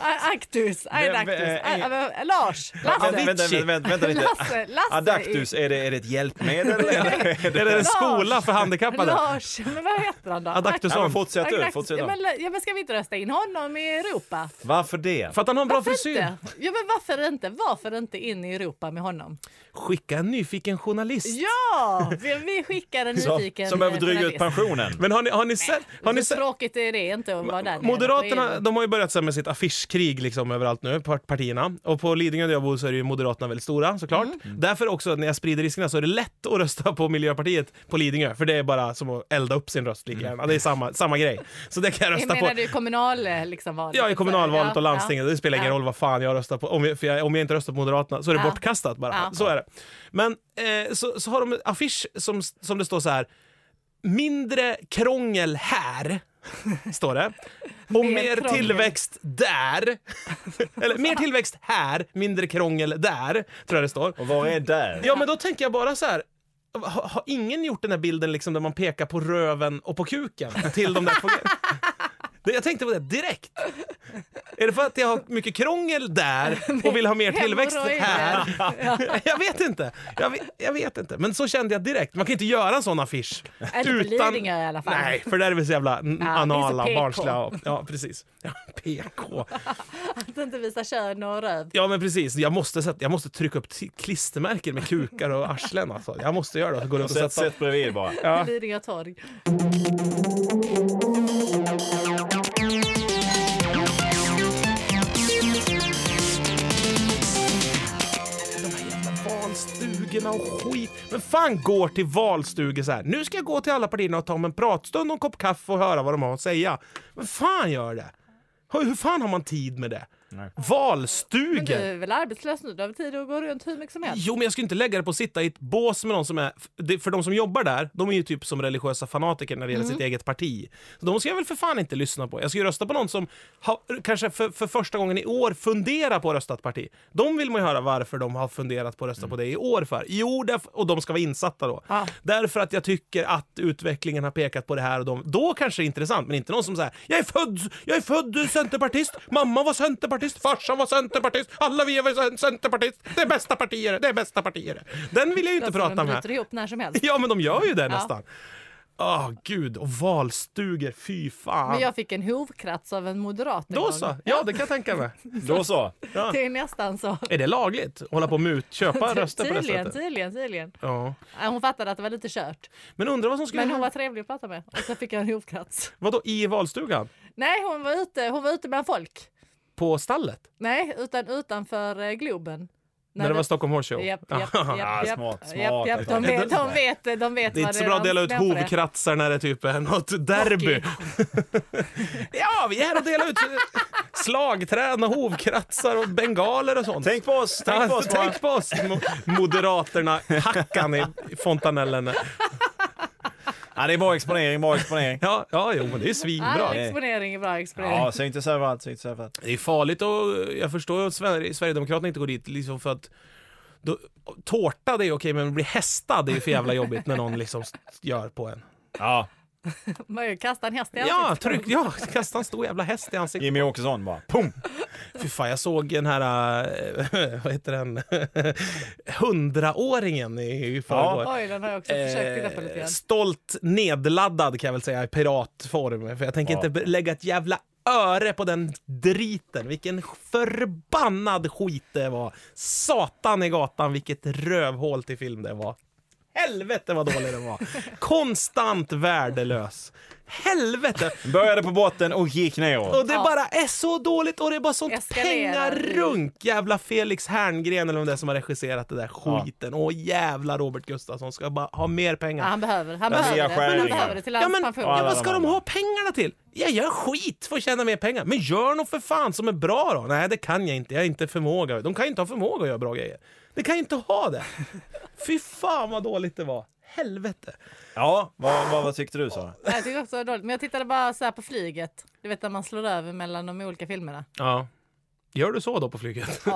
[SPEAKER 4] A- Actus.
[SPEAKER 2] Vem,
[SPEAKER 4] Adactus.
[SPEAKER 2] eh,
[SPEAKER 4] A- a- a- Lars.
[SPEAKER 2] Vänta,
[SPEAKER 4] Lasse.
[SPEAKER 2] vänta, vänta, vänta, vänta lite.
[SPEAKER 4] Lasse. Lasse.
[SPEAKER 2] Adactus, är det, är det ett hjälpmedel? eller är det-
[SPEAKER 3] Är det en skola för
[SPEAKER 4] i-
[SPEAKER 3] handikappade?
[SPEAKER 4] Lars. Men vad heter han då?
[SPEAKER 3] Adactusson.
[SPEAKER 2] Ja, men fortsätt du.
[SPEAKER 4] Adactus.
[SPEAKER 2] Fortsätt
[SPEAKER 4] Ja,
[SPEAKER 2] du.
[SPEAKER 4] men, ja, men ska vi inte rösta in honom i Europa?
[SPEAKER 2] Varför det?
[SPEAKER 3] För att han har en bra
[SPEAKER 4] Varför
[SPEAKER 3] frisyr.
[SPEAKER 4] inte? Ja, men varför inte? Varför inte in i Europa med honom?
[SPEAKER 3] Skicka en nyfiken journalist.
[SPEAKER 4] Ja, vi, vi skickar en
[SPEAKER 2] Som,
[SPEAKER 4] nyfiken
[SPEAKER 2] som behöver
[SPEAKER 4] eh,
[SPEAKER 2] dryga ut
[SPEAKER 4] journalist.
[SPEAKER 2] pensionen.
[SPEAKER 3] Men har ni, har ni sett? Har ni
[SPEAKER 4] Hur
[SPEAKER 3] sett?
[SPEAKER 4] tråkigt är det inte att vara där nere? Vad
[SPEAKER 3] Moderaterna
[SPEAKER 4] är det?
[SPEAKER 3] de har ju börjat så här med sitt affischkrig liksom överallt nu, par- partierna. Och på Lidingö där jag bor så är ju Moderaterna väldigt stora såklart.
[SPEAKER 4] Mm.
[SPEAKER 3] Därför också att när jag sprider riskerna så är det lätt att rösta på Miljöpartiet på Lidingö. För det är bara som att elda upp sin röst lika gärna. Det är samma, samma grej. Så det kan jag
[SPEAKER 4] Mm. Jag
[SPEAKER 3] rösta på.
[SPEAKER 4] menar du kommunal, eh, liksom, valet?
[SPEAKER 3] Ja, i kommunalvalet
[SPEAKER 4] Ja,
[SPEAKER 3] och landstinget. Det spelar ingen
[SPEAKER 4] Ja.
[SPEAKER 3] roll vad fan jag röstar på. Om jag, för jag, om jag inte röstar på Moderaterna så är det
[SPEAKER 4] Ja.
[SPEAKER 3] bortkastat bara.
[SPEAKER 4] Ja.
[SPEAKER 3] Så är det. Men eh, så, så har de en affisch som, som det står så här. Mindre krångel här, står det. Och
[SPEAKER 4] Mer
[SPEAKER 3] mer
[SPEAKER 4] krångel.
[SPEAKER 3] tillväxt där. Eller mer tillväxt här, mindre krångel där, tror jag det står.
[SPEAKER 2] Och var är där?
[SPEAKER 3] Ja, men då tänker jag bara så här. Har, har ingen gjort den här bilden liksom där man pekar på röven och på kuken till de där programmen? Det- Jag tänkte på det direkt. Är det för att jag har mycket krångel där och vill ha mer tillväxt
[SPEAKER 4] Hemorrojder.
[SPEAKER 3] här? Jag vet inte. Jag vet, jag vet inte. Men så kände jag direkt. Man kan inte göra en sån affisch.
[SPEAKER 4] Inte på Lidingö i alla fall.
[SPEAKER 3] Nej, för där är vi så jävla n-
[SPEAKER 4] det är så
[SPEAKER 3] anala,
[SPEAKER 4] PK.
[SPEAKER 3] barnsliga. och- Ja, precis. Ja, PK.
[SPEAKER 4] Att inte visa kön och röv.
[SPEAKER 3] Ja men precis, jag måste, sätta, jag måste trycka upp t- klistermärken med kukar och arslen alltså. Jag måste göra det. Så Går det runt och
[SPEAKER 2] Sätt,
[SPEAKER 3] sätta.
[SPEAKER 2] sätt bredvid bara.
[SPEAKER 3] Ja.
[SPEAKER 4] Lidingö torg.
[SPEAKER 3] De här jävla valstugorna och skit. Men fan går till valstugor så här. Nu ska jag gå till alla partierna och ta mig en pratstund och en kopp kaffe och höra vad de har att säga. Men fan gör det? Hur, hur fan har man tid med det?
[SPEAKER 4] Men du
[SPEAKER 3] Valstugor!
[SPEAKER 4] är väl arbetslös nu? Du har väl tid att gå runt hur mycket som helst?
[SPEAKER 3] Jo, men jag skulle inte lägga det på att sitta i ett bås med någon som är... det- För de som jobbar där, de är ju typ som religiösa fanatiker när det gäller sitt eget parti. Så de ska jag väl för fan inte lyssna på. Jag ska ju rösta på någon som har, kanske för, för första gången i år funderar på att rösta ett parti. De vill man ju höra varför de har funderat på att rösta på det i år för. Jo, därf- och de ska vara insatta då.
[SPEAKER 4] Ja.
[SPEAKER 3] Därför att jag tycker att utvecklingen har pekat på det här och de, då kanske det är intressant, men inte någon som säger jag är född, jag är född centerpartist, mamma var centerpartist, farsan var centerpartist, alla vi är centerpartist, det är bästa partier, det är bästa partier. Den vill jag ju inte
[SPEAKER 4] Alltså,
[SPEAKER 3] prata
[SPEAKER 4] de
[SPEAKER 3] med.
[SPEAKER 4] bryter ihop när som helst.
[SPEAKER 3] Ja, men de gör ju det
[SPEAKER 4] Ja.
[SPEAKER 3] nästan. Åh gud, och valstugor, fy fan.
[SPEAKER 4] Men jag fick en hovkrats av en moderat en
[SPEAKER 3] Då
[SPEAKER 4] gång.
[SPEAKER 3] så, ja det kan jag tänka mig.
[SPEAKER 2] Då så.
[SPEAKER 4] Det är nästan så.
[SPEAKER 3] Är det lagligt? Hålla på och mut, köpa röster på det
[SPEAKER 4] Tydligen,
[SPEAKER 3] sättet?
[SPEAKER 4] tydligen, tydligen.
[SPEAKER 3] Ja.
[SPEAKER 4] Ja, Hon fattade att det var lite kört.
[SPEAKER 3] Men undrar vad som skulle
[SPEAKER 4] Men hon
[SPEAKER 3] hända?
[SPEAKER 4] var trevlig att prata med. Och så fick jag en hovkrats.
[SPEAKER 3] Vadå, i valstugan?
[SPEAKER 4] Nej, hon var ute, hon var ute bland folk.
[SPEAKER 3] På stallet?
[SPEAKER 4] Nej, utan, utanför eh, Globen.
[SPEAKER 3] När det var Stockholm Horse Show?
[SPEAKER 4] Japp, japp,
[SPEAKER 3] Ja.
[SPEAKER 4] japp,
[SPEAKER 2] Ah,
[SPEAKER 4] japp,
[SPEAKER 2] smart,
[SPEAKER 4] japp,
[SPEAKER 2] smart.
[SPEAKER 4] japp. De vet, de vet, de vet
[SPEAKER 3] Det är
[SPEAKER 4] vad
[SPEAKER 3] inte så bra att
[SPEAKER 4] de
[SPEAKER 3] dela ut
[SPEAKER 4] står för det.
[SPEAKER 3] hovkratsar när det typ är något derby. ja, vi är här och delar ut eh, slagträn och hovkratsar och bengaler och sånt.
[SPEAKER 2] Tänk på oss, tänk på oss. bara.
[SPEAKER 3] Tänk på oss! Mo- Moderaterna, hackan i fontanellen.
[SPEAKER 2] Ja, det är bra exponering, bra exponering.
[SPEAKER 3] Ja, ja jo, men det är ju svinbra.
[SPEAKER 4] Ja, exponering är bra exponering.
[SPEAKER 2] Ja, säg inte så överallt, säg inte så överallt.
[SPEAKER 3] Det är farligt och jag förstår ju att Sver- Sverigedemokraterna inte går dit liksom för att då, tårta det är okej, men bli hästad är ju för jävla jobbigt när någon liksom st- gör på en.
[SPEAKER 2] Ja,
[SPEAKER 4] Man ju kastar en häst i
[SPEAKER 3] Ja,
[SPEAKER 4] ansiktet.
[SPEAKER 3] tryck, ja, kasta en stor jävla häst i ansiktet.
[SPEAKER 2] Jimmy Åkesson bara. Pum!
[SPEAKER 3] Fy fan, jag såg den här, eh, vad heter den, hundraåringen i, i förrgår.
[SPEAKER 4] Oj, den har jag också försökt titta på lite
[SPEAKER 3] Eh,
[SPEAKER 4] grann.
[SPEAKER 3] Stolt nedladdad kan jag väl säga i piratform. För jag tänker
[SPEAKER 2] Ja.
[SPEAKER 3] inte be- lägga ett jävla öre på den driten. Vilken förbannad skit det var. Satan i gatan, vilket rövhål till film det var. Helvete vad dålig den var. Konstant värdelös. Helvete.
[SPEAKER 2] Började på botten och gick neråt.
[SPEAKER 3] Och det bara är så dåligt och det är bara sånt
[SPEAKER 4] Eskalerar.
[SPEAKER 3] pengarunk. Jävla Felix Herngren eller vem det är som har regisserat det där skiten. Åh jävla Robert Gustafsson ska bara ha mer
[SPEAKER 4] Ja,
[SPEAKER 3] pengar.
[SPEAKER 4] han behöver, han
[SPEAKER 2] Ja,
[SPEAKER 4] behöver
[SPEAKER 2] nya
[SPEAKER 4] det. Men han
[SPEAKER 2] skäringar.
[SPEAKER 4] behöver det till
[SPEAKER 3] Ja,
[SPEAKER 4] hans
[SPEAKER 3] men,
[SPEAKER 4] pension.
[SPEAKER 3] ja, vad ska
[SPEAKER 2] alla
[SPEAKER 3] de
[SPEAKER 2] andra.
[SPEAKER 3] ha pengarna till? Jag gör skit för att tjäna mer pengar. Men gör något för fan som är bra då. Nej, det kan jag inte. Jag har inte förmåga. De kan ju inte ha förmåga att göra bra grejer. De kan ju inte ha det. Fy fan vad dåligt det var. Helvete.
[SPEAKER 2] Ja, vad, vad, vad tyckte du Sara?
[SPEAKER 4] Nej, Jag tycker också det var dåligt. Men jag tittade bara så här på flyget. Du vet när man slår över mellan de olika filmerna.
[SPEAKER 3] Ja. Gör du så då på flyget?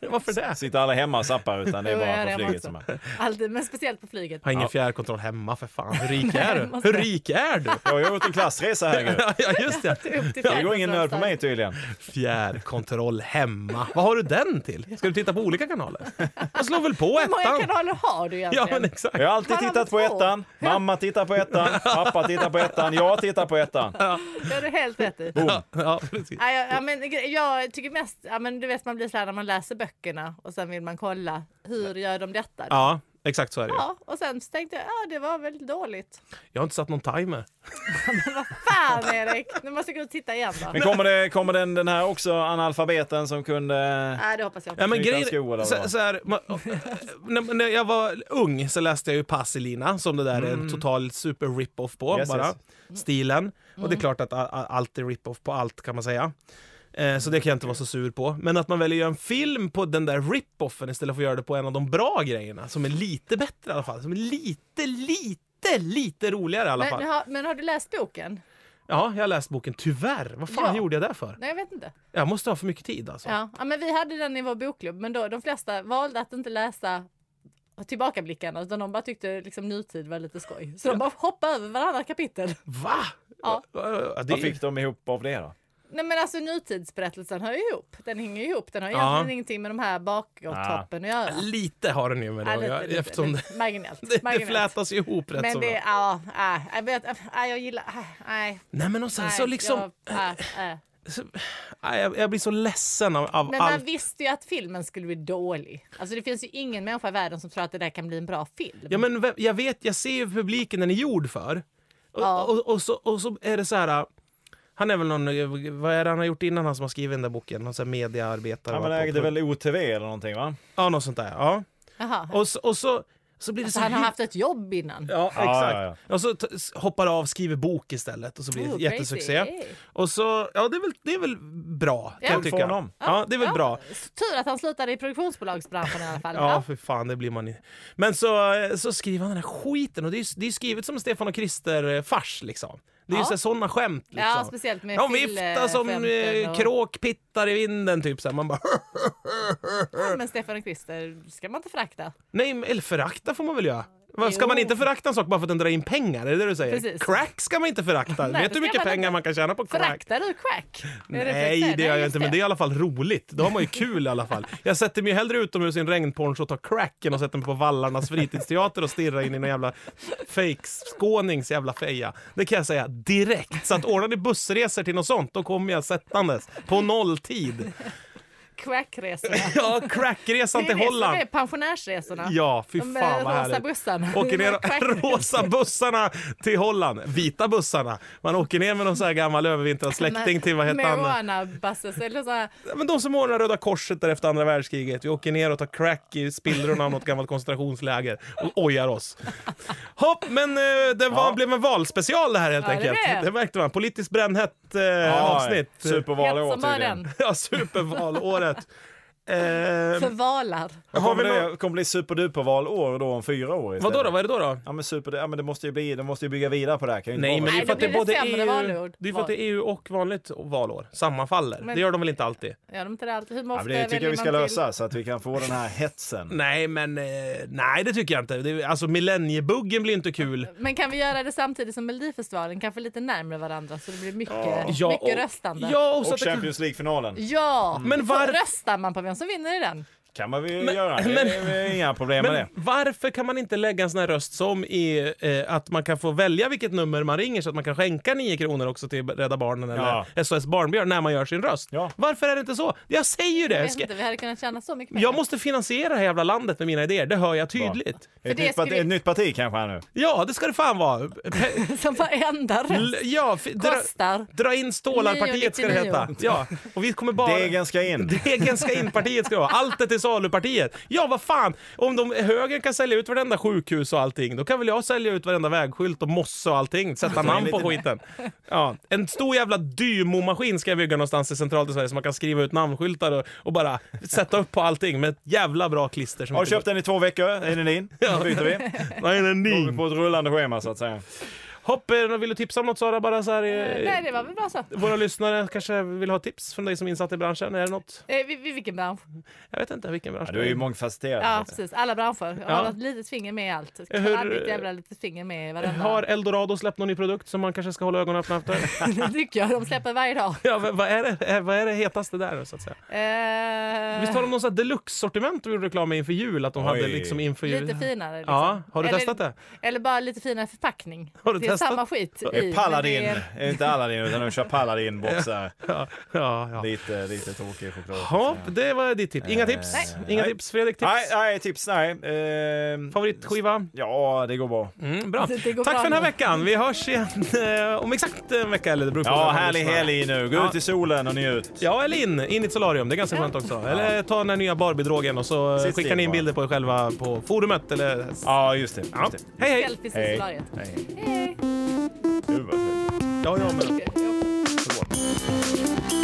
[SPEAKER 4] Ja,
[SPEAKER 3] Varför det?
[SPEAKER 2] Sitter alla hemma och zappar utan det är
[SPEAKER 4] Jo, jag
[SPEAKER 2] bara
[SPEAKER 4] är
[SPEAKER 2] på
[SPEAKER 4] hemma
[SPEAKER 2] flyget
[SPEAKER 4] också.
[SPEAKER 2] som är.
[SPEAKER 4] alltid, men speciellt på flyget.
[SPEAKER 3] Har ingen fjärrkontroll hemma för fan. Hur rik
[SPEAKER 4] Nej,
[SPEAKER 3] är
[SPEAKER 4] det
[SPEAKER 3] du?
[SPEAKER 4] måste
[SPEAKER 3] Hur
[SPEAKER 4] jag.
[SPEAKER 3] rik är du?
[SPEAKER 2] Jag har gjort en klassresa här gud.
[SPEAKER 3] ja, just det.
[SPEAKER 4] Upp till
[SPEAKER 2] Det går ingen nöd på mig tydligen.
[SPEAKER 3] Fjärrkontroll hemma. Vad har du den till? Ska du titta på olika kanaler? Jag slår väl på
[SPEAKER 4] Hur många
[SPEAKER 3] ettan.
[SPEAKER 4] kanaler har du
[SPEAKER 3] Ja,
[SPEAKER 4] egentligen?
[SPEAKER 3] men exakt.
[SPEAKER 2] Jag har alltid
[SPEAKER 4] Fan,
[SPEAKER 2] tittat på
[SPEAKER 4] två.
[SPEAKER 2] ettan, mamma tittar på ettan, pappa tittar på ettan, jag tittar på ettan.
[SPEAKER 4] Det har du helt rätt i.
[SPEAKER 3] Ja, ja, precis.
[SPEAKER 4] Ja, jag, ja, men, gre- jag tycker mest, ja, men du vet man blir så här när man läser böckerna och sen vill man kolla hur gör de detta? Ja.
[SPEAKER 3] Ja, exakt så är det ju.
[SPEAKER 4] och sen så tänkte jag, ja det var väl dåligt.
[SPEAKER 3] Jag har inte satt någon timer.
[SPEAKER 4] Fan Erik, nu måste jag gå och titta igen då.
[SPEAKER 2] Men kommer, det, kommer den, den här också, analfabeten som kunde...
[SPEAKER 4] Nej det hoppas jag
[SPEAKER 3] Ja,
[SPEAKER 4] inte.
[SPEAKER 3] men
[SPEAKER 2] Knyta en
[SPEAKER 3] grejen,
[SPEAKER 2] sko eller vad det
[SPEAKER 3] så,
[SPEAKER 2] var.
[SPEAKER 3] så här, man, när, när jag var ung så läste jag ju Passelina som det där är en total super rip-off på.
[SPEAKER 2] Mm. Yes,
[SPEAKER 3] bara. Stilen. Och
[SPEAKER 4] Mm.
[SPEAKER 3] det är klart att a- a- allt är rip-off på allt kan man säga. Eh, så det kan jag inte vara så sur på. Men att man väljer att göra en film på den där rip-offen istället för att göra det på en av de bra grejerna som är lite bättre i alla fall. Som är lite, lite, lite roligare i alla
[SPEAKER 4] Men,
[SPEAKER 3] fall.
[SPEAKER 4] men, har, men har du läst boken?
[SPEAKER 3] Ja, jag har läst boken tyvärr. Vad fan
[SPEAKER 4] Ja.
[SPEAKER 3] gjorde jag där för?
[SPEAKER 4] Nej jag vet inte.
[SPEAKER 3] Jag måste ha för mycket tid alltså.
[SPEAKER 4] Ja. ja men vi hade den i vår bokklubb men då, de flesta valde att inte läsa tillbakablickarna utan de bara tyckte liksom nutid var lite skoj. Så de bara hoppade över varannat kapitel.
[SPEAKER 3] Va?
[SPEAKER 4] Ja.
[SPEAKER 3] Ja, det-
[SPEAKER 2] Vad fick de ihop av det då?
[SPEAKER 4] Nej men alltså nutidsberättelsen hör ju ihop. Den hänger ju ihop. Den har
[SPEAKER 3] Ja.
[SPEAKER 4] egentligen ingenting med de här bakåttoppen att göra.
[SPEAKER 3] Lite har den ju med det
[SPEAKER 4] Ja,
[SPEAKER 3] att göra,
[SPEAKER 4] lite, lite,
[SPEAKER 3] eftersom det,
[SPEAKER 4] lite. Marginellt.
[SPEAKER 3] det, det
[SPEAKER 4] marginellt.
[SPEAKER 3] flätas ihop rätt så
[SPEAKER 4] men det,
[SPEAKER 3] bra.
[SPEAKER 4] ja, ja, äh, jag vet, ja, jag gillar, ja, nej.
[SPEAKER 3] Nej men och sen
[SPEAKER 4] nej,
[SPEAKER 3] så liksom,
[SPEAKER 4] jag, ja, ja.
[SPEAKER 3] så, nej, jag, jag blir så ledsen av, av
[SPEAKER 4] Men man
[SPEAKER 3] allt.
[SPEAKER 4] visste ju att filmen skulle bli dålig. Alltså det finns ju ingen människa i världen som tror att det där kan bli en bra film.
[SPEAKER 3] Ja men ve- jag vet, jag ser ju publiken den är gjord för. Och,
[SPEAKER 4] Ja.
[SPEAKER 3] och, och, så, och så är det så här, han är väl någon, vad är det han har gjort innan han som har skrivit den där boken? Någon sån här mediaarbetare?
[SPEAKER 2] Ja,
[SPEAKER 3] va,
[SPEAKER 2] men
[SPEAKER 3] på-
[SPEAKER 2] ägde väl OTV eller någonting va?
[SPEAKER 3] Ja, något sånt där. Ja.
[SPEAKER 4] Jaha.
[SPEAKER 3] Och, så, och så, så blir det så
[SPEAKER 4] så Alltså, han har
[SPEAKER 3] hy-
[SPEAKER 4] haft ett jobb innan.
[SPEAKER 3] Ja, exakt.
[SPEAKER 2] ja,
[SPEAKER 3] Och så t- s- hoppar av, skriver bok istället och så blir det
[SPEAKER 4] Oh,
[SPEAKER 3] ett jättesuccé.
[SPEAKER 4] crazy.
[SPEAKER 3] Och så, ja det är väl, det är väl bra
[SPEAKER 4] Ja.
[SPEAKER 3] kan jag
[SPEAKER 4] Kul
[SPEAKER 2] för
[SPEAKER 3] tycka.
[SPEAKER 2] honom.
[SPEAKER 3] Ja, det är väl bra.
[SPEAKER 4] Så Tur att han slutade i produktionsbolagsbranschen i alla fall.
[SPEAKER 3] Ja,
[SPEAKER 4] Ja.
[SPEAKER 3] för fan, det blir man i. Men så, så skriver han den här skiten och det är, ju- det är skrivet som Stefan och Krister-fars liksom. Det är
[SPEAKER 4] Ja.
[SPEAKER 3] ju sådana skämt liksom.
[SPEAKER 4] Ja, speciellt med
[SPEAKER 3] De
[SPEAKER 4] fyll-
[SPEAKER 3] viftar som
[SPEAKER 4] skämten
[SPEAKER 3] eh,
[SPEAKER 4] och-
[SPEAKER 3] kråkpittar i vinden typ såhär. Man bara
[SPEAKER 4] Ja, men Stefan och Christer ska man inte förakta.
[SPEAKER 3] Nej, men- eller förakta får man väl göra. Vad, Ska
[SPEAKER 4] Jo.
[SPEAKER 3] man inte förakta en sak bara för att den drar in pengar? Är det det du säger?
[SPEAKER 4] Precis.
[SPEAKER 3] Crack ska man inte förakta.
[SPEAKER 4] Nej,
[SPEAKER 3] Vet du
[SPEAKER 4] det
[SPEAKER 3] hur
[SPEAKER 4] ska
[SPEAKER 3] mycket
[SPEAKER 4] man
[SPEAKER 3] pengar
[SPEAKER 4] inte.
[SPEAKER 3] man kan tjäna på crack?
[SPEAKER 4] Föraktar du crack? Är det
[SPEAKER 3] Nej,
[SPEAKER 4] crack?
[SPEAKER 3] det gör jag
[SPEAKER 4] just
[SPEAKER 3] inte, men det är i alla fall roligt. Då har man ju kul i alla fall. Jag sätter mig ju hellre utomhus i en regnponcho och tar crack än att sätta mig på Vallarnas fritidsteater och stirra in i någon jävla fake skånings jävla feja. Det kan jag säga direkt. Så att ordnar ni bussresor till något sånt, då kommer jag sättandes på nolltid.
[SPEAKER 4] Crackresorna.
[SPEAKER 3] Ja, crackresan till Holland.
[SPEAKER 4] Det är pensionärsresorna.
[SPEAKER 3] Ja, fy
[SPEAKER 4] De
[SPEAKER 3] fan vad
[SPEAKER 4] rosa
[SPEAKER 3] härligt.
[SPEAKER 4] bussarna.
[SPEAKER 3] Åker ner
[SPEAKER 4] Crack-
[SPEAKER 3] rosa bussarna till Holland. Vita bussarna. Man åker ner med någon så här gammal övervintrad släkting till, vad heter han?
[SPEAKER 4] Marijuana-basses eller så här.
[SPEAKER 3] Ja, men de som ordnar Röda Korset där efter andra världskriget. Vi åker ner och tar crack i spillrorna av något gammalt koncentrationsläger och ojar oss. Hopp, men eh, det var,
[SPEAKER 2] Ja.
[SPEAKER 3] blev en valspecial det här helt
[SPEAKER 4] Ja, det
[SPEAKER 3] enkelt.
[SPEAKER 4] blev.
[SPEAKER 3] Det märkte man. Politiskt brännhett eh, avsnitt.
[SPEAKER 2] Supervalår
[SPEAKER 4] Hetsar
[SPEAKER 2] tydligen.
[SPEAKER 4] den.
[SPEAKER 3] Ja, supervalåret. Eh,
[SPEAKER 4] Förvalar.
[SPEAKER 2] Det
[SPEAKER 3] Har vi
[SPEAKER 2] kommer,
[SPEAKER 3] nå-
[SPEAKER 2] det, kommer bli superdupervalår då om fyra år istället.
[SPEAKER 3] vadå då? Vad är det då? då?
[SPEAKER 2] Ja men, super, ja men det måste ju bli, de måste ju bygga vidare på det här. Kan ju inte
[SPEAKER 3] Nej,
[SPEAKER 2] vara-
[SPEAKER 3] men det är för
[SPEAKER 4] Nej, då
[SPEAKER 3] att det är
[SPEAKER 4] blir
[SPEAKER 3] både
[SPEAKER 4] det sämre
[SPEAKER 3] EU,
[SPEAKER 4] valord.
[SPEAKER 3] det är för att det är EU och vanligt valår sammanfaller.
[SPEAKER 4] Men-
[SPEAKER 3] Det gör de väl inte alltid?
[SPEAKER 4] Gör de inte det alltid? Hur
[SPEAKER 2] ja,
[SPEAKER 4] ofta
[SPEAKER 2] men det tycker jag
[SPEAKER 4] väljer
[SPEAKER 2] vi ska
[SPEAKER 4] man till-
[SPEAKER 2] lösa så att vi kan få den här hetsen.
[SPEAKER 3] Nej, men eh, nej, det tycker jag inte. Det, alltså millenniebuggen blir inte kul.
[SPEAKER 4] Men kan vi göra det samtidigt som Melodifestivalen? Kanske lite närmare varandra så det blir mycket, mycket
[SPEAKER 3] och-
[SPEAKER 4] röstande.
[SPEAKER 3] Ja, och så
[SPEAKER 2] Och
[SPEAKER 3] att det kan,
[SPEAKER 2] Champions League-finalen.
[SPEAKER 4] Ja,
[SPEAKER 3] Men
[SPEAKER 4] så
[SPEAKER 3] var-
[SPEAKER 4] röstar man på vem som vinner i den?
[SPEAKER 2] kan man väl
[SPEAKER 3] Men-
[SPEAKER 2] göra. Det
[SPEAKER 3] men-
[SPEAKER 2] är väl inga problem med
[SPEAKER 3] Men
[SPEAKER 2] det.
[SPEAKER 3] varför kan man inte lägga en sån här röst som i eh, att man kan få välja vilket nummer man ringer så att man kan skänka 9 kronor också till Rädda Barnen eller SOS Barnbjörn när man gör sin röst?
[SPEAKER 2] Ja.
[SPEAKER 3] Varför är det inte så? Jag säger ju
[SPEAKER 4] Jag
[SPEAKER 3] det!
[SPEAKER 4] vet
[SPEAKER 3] Ska,
[SPEAKER 4] inte, vi hade kunnat tjäna så mycket pengar.
[SPEAKER 3] jag måste finansiera det här jävla landet med mina idéer, det hör jag tydligt.
[SPEAKER 2] Ett,
[SPEAKER 4] det
[SPEAKER 2] nytt parti,
[SPEAKER 4] skulle-
[SPEAKER 2] ett nytt parti kanske här nu.
[SPEAKER 3] Ja, det ska det fan vara! Pe-
[SPEAKER 4] Som varenda
[SPEAKER 3] l-
[SPEAKER 4] röst
[SPEAKER 3] Ja, f- dra,
[SPEAKER 4] kostar.
[SPEAKER 3] dra in Stålarpartiet ska det
[SPEAKER 4] 9,99.
[SPEAKER 3] heta. Ja, och vi kommer bara...
[SPEAKER 2] Degen ska in.
[SPEAKER 3] Degen ska in-partiet ska det vara. Allt är till salu-partiet. Ja, vad fan! Om de högern kan sälja ut varenda sjukhus och allting, då kan väl jag sälja ut varenda vägskylt och mossa och allting. Sätta namn på skiten. Ja, en stor jävla Dymo-maskin ska jag bygga någonstans i centralt i Sverige så man kan skriva ut namnskyltar och, och bara sätta upp på allting med ett jävla bra klister. Som
[SPEAKER 2] Har du
[SPEAKER 3] inte-
[SPEAKER 2] köpt den i två veckor? Är den din? Då byter vi.
[SPEAKER 3] Nej, nej,
[SPEAKER 2] Då är vi
[SPEAKER 3] nej.
[SPEAKER 2] på ett rullande schema så att säga.
[SPEAKER 3] Hopp, eh, vill du tipsa om något Sara? Bara så här, eh,
[SPEAKER 4] Nej, det var väl bra så. Eh,
[SPEAKER 3] Våra lyssnare kanske vill ha tips från dig som är insatt i branschen. Är det något?
[SPEAKER 4] vi- vi- Vilken bransch?
[SPEAKER 3] Jag vet inte vilken bransch
[SPEAKER 2] Ja, du är ju mångfacetterad.
[SPEAKER 4] Ja, precis. Alla branscher. Jag har
[SPEAKER 3] Ja. Eh,
[SPEAKER 4] ett litet finger med i allt.
[SPEAKER 3] Hur-
[SPEAKER 4] Kladdigt jävla litet finger med i varenda.
[SPEAKER 3] Har Eldorado släppt någon ny produkt som man kanske ska hålla ögonen öppna efter?
[SPEAKER 4] Det tycker jag. De släpper varje dag.
[SPEAKER 3] ja, vad vad är, det, eh, vad är det hetaste där så att säga?
[SPEAKER 4] Eh,
[SPEAKER 3] Visst har de någon sån här deluxe-sortiment du gjorde reklam med inför jul? Att de hade
[SPEAKER 2] Oj.
[SPEAKER 3] liksom inför jul.
[SPEAKER 4] Lite finare. Liksom.
[SPEAKER 3] Ja, har du
[SPEAKER 4] eller,
[SPEAKER 3] testat det?
[SPEAKER 4] Eller bara lite finare förpackning.
[SPEAKER 3] Har du
[SPEAKER 4] det
[SPEAKER 3] testat?
[SPEAKER 4] är samma skit.
[SPEAKER 2] Det är
[SPEAKER 4] men
[SPEAKER 2] Paladin,
[SPEAKER 4] det är-
[SPEAKER 2] det är inte Aladdin utan de kör Paladin-boxar.
[SPEAKER 3] Ja, ja. ja.
[SPEAKER 2] Lite, lite tråkig choklad.
[SPEAKER 3] Hopp, det var ditt tips. Inga
[SPEAKER 2] Eh,
[SPEAKER 3] tips?
[SPEAKER 2] nej.
[SPEAKER 3] Inga
[SPEAKER 2] Nej.
[SPEAKER 3] tips? Fredrik, tips?
[SPEAKER 2] Nej, nej, tips, nej. Ehm,
[SPEAKER 3] Favoritskiva?
[SPEAKER 2] Ja, det går bra.
[SPEAKER 3] Mm, bra.
[SPEAKER 4] Alltså, Det- det går
[SPEAKER 3] Tack
[SPEAKER 4] bra
[SPEAKER 3] för den här
[SPEAKER 4] nu.
[SPEAKER 3] veckan. Vi hörs igen eh, om exakt en vecka. Eller det beror på när
[SPEAKER 2] Ja,
[SPEAKER 3] man
[SPEAKER 2] härlig
[SPEAKER 3] lyssnar.
[SPEAKER 2] helg nu. Gå
[SPEAKER 3] Mm. Ja.
[SPEAKER 2] ut i solen och njut.
[SPEAKER 3] Ja, eller in. In i ett solarium. Det är ganska skönt också. Eller ta den här nya Barbie-drogen och så eh,
[SPEAKER 2] Sitt
[SPEAKER 3] skickar ni in
[SPEAKER 2] still bara.
[SPEAKER 3] bilder på er själva på forumet. Eller...
[SPEAKER 2] Ja, just det. Just
[SPEAKER 3] Ja.
[SPEAKER 2] det.
[SPEAKER 3] Hej, hej!
[SPEAKER 4] Selfies i
[SPEAKER 2] Hej.
[SPEAKER 4] solariet.
[SPEAKER 2] Hej.
[SPEAKER 4] Hej.
[SPEAKER 2] Gud, vad trevligt.
[SPEAKER 3] Ja, jag med.
[SPEAKER 2] Förlåt.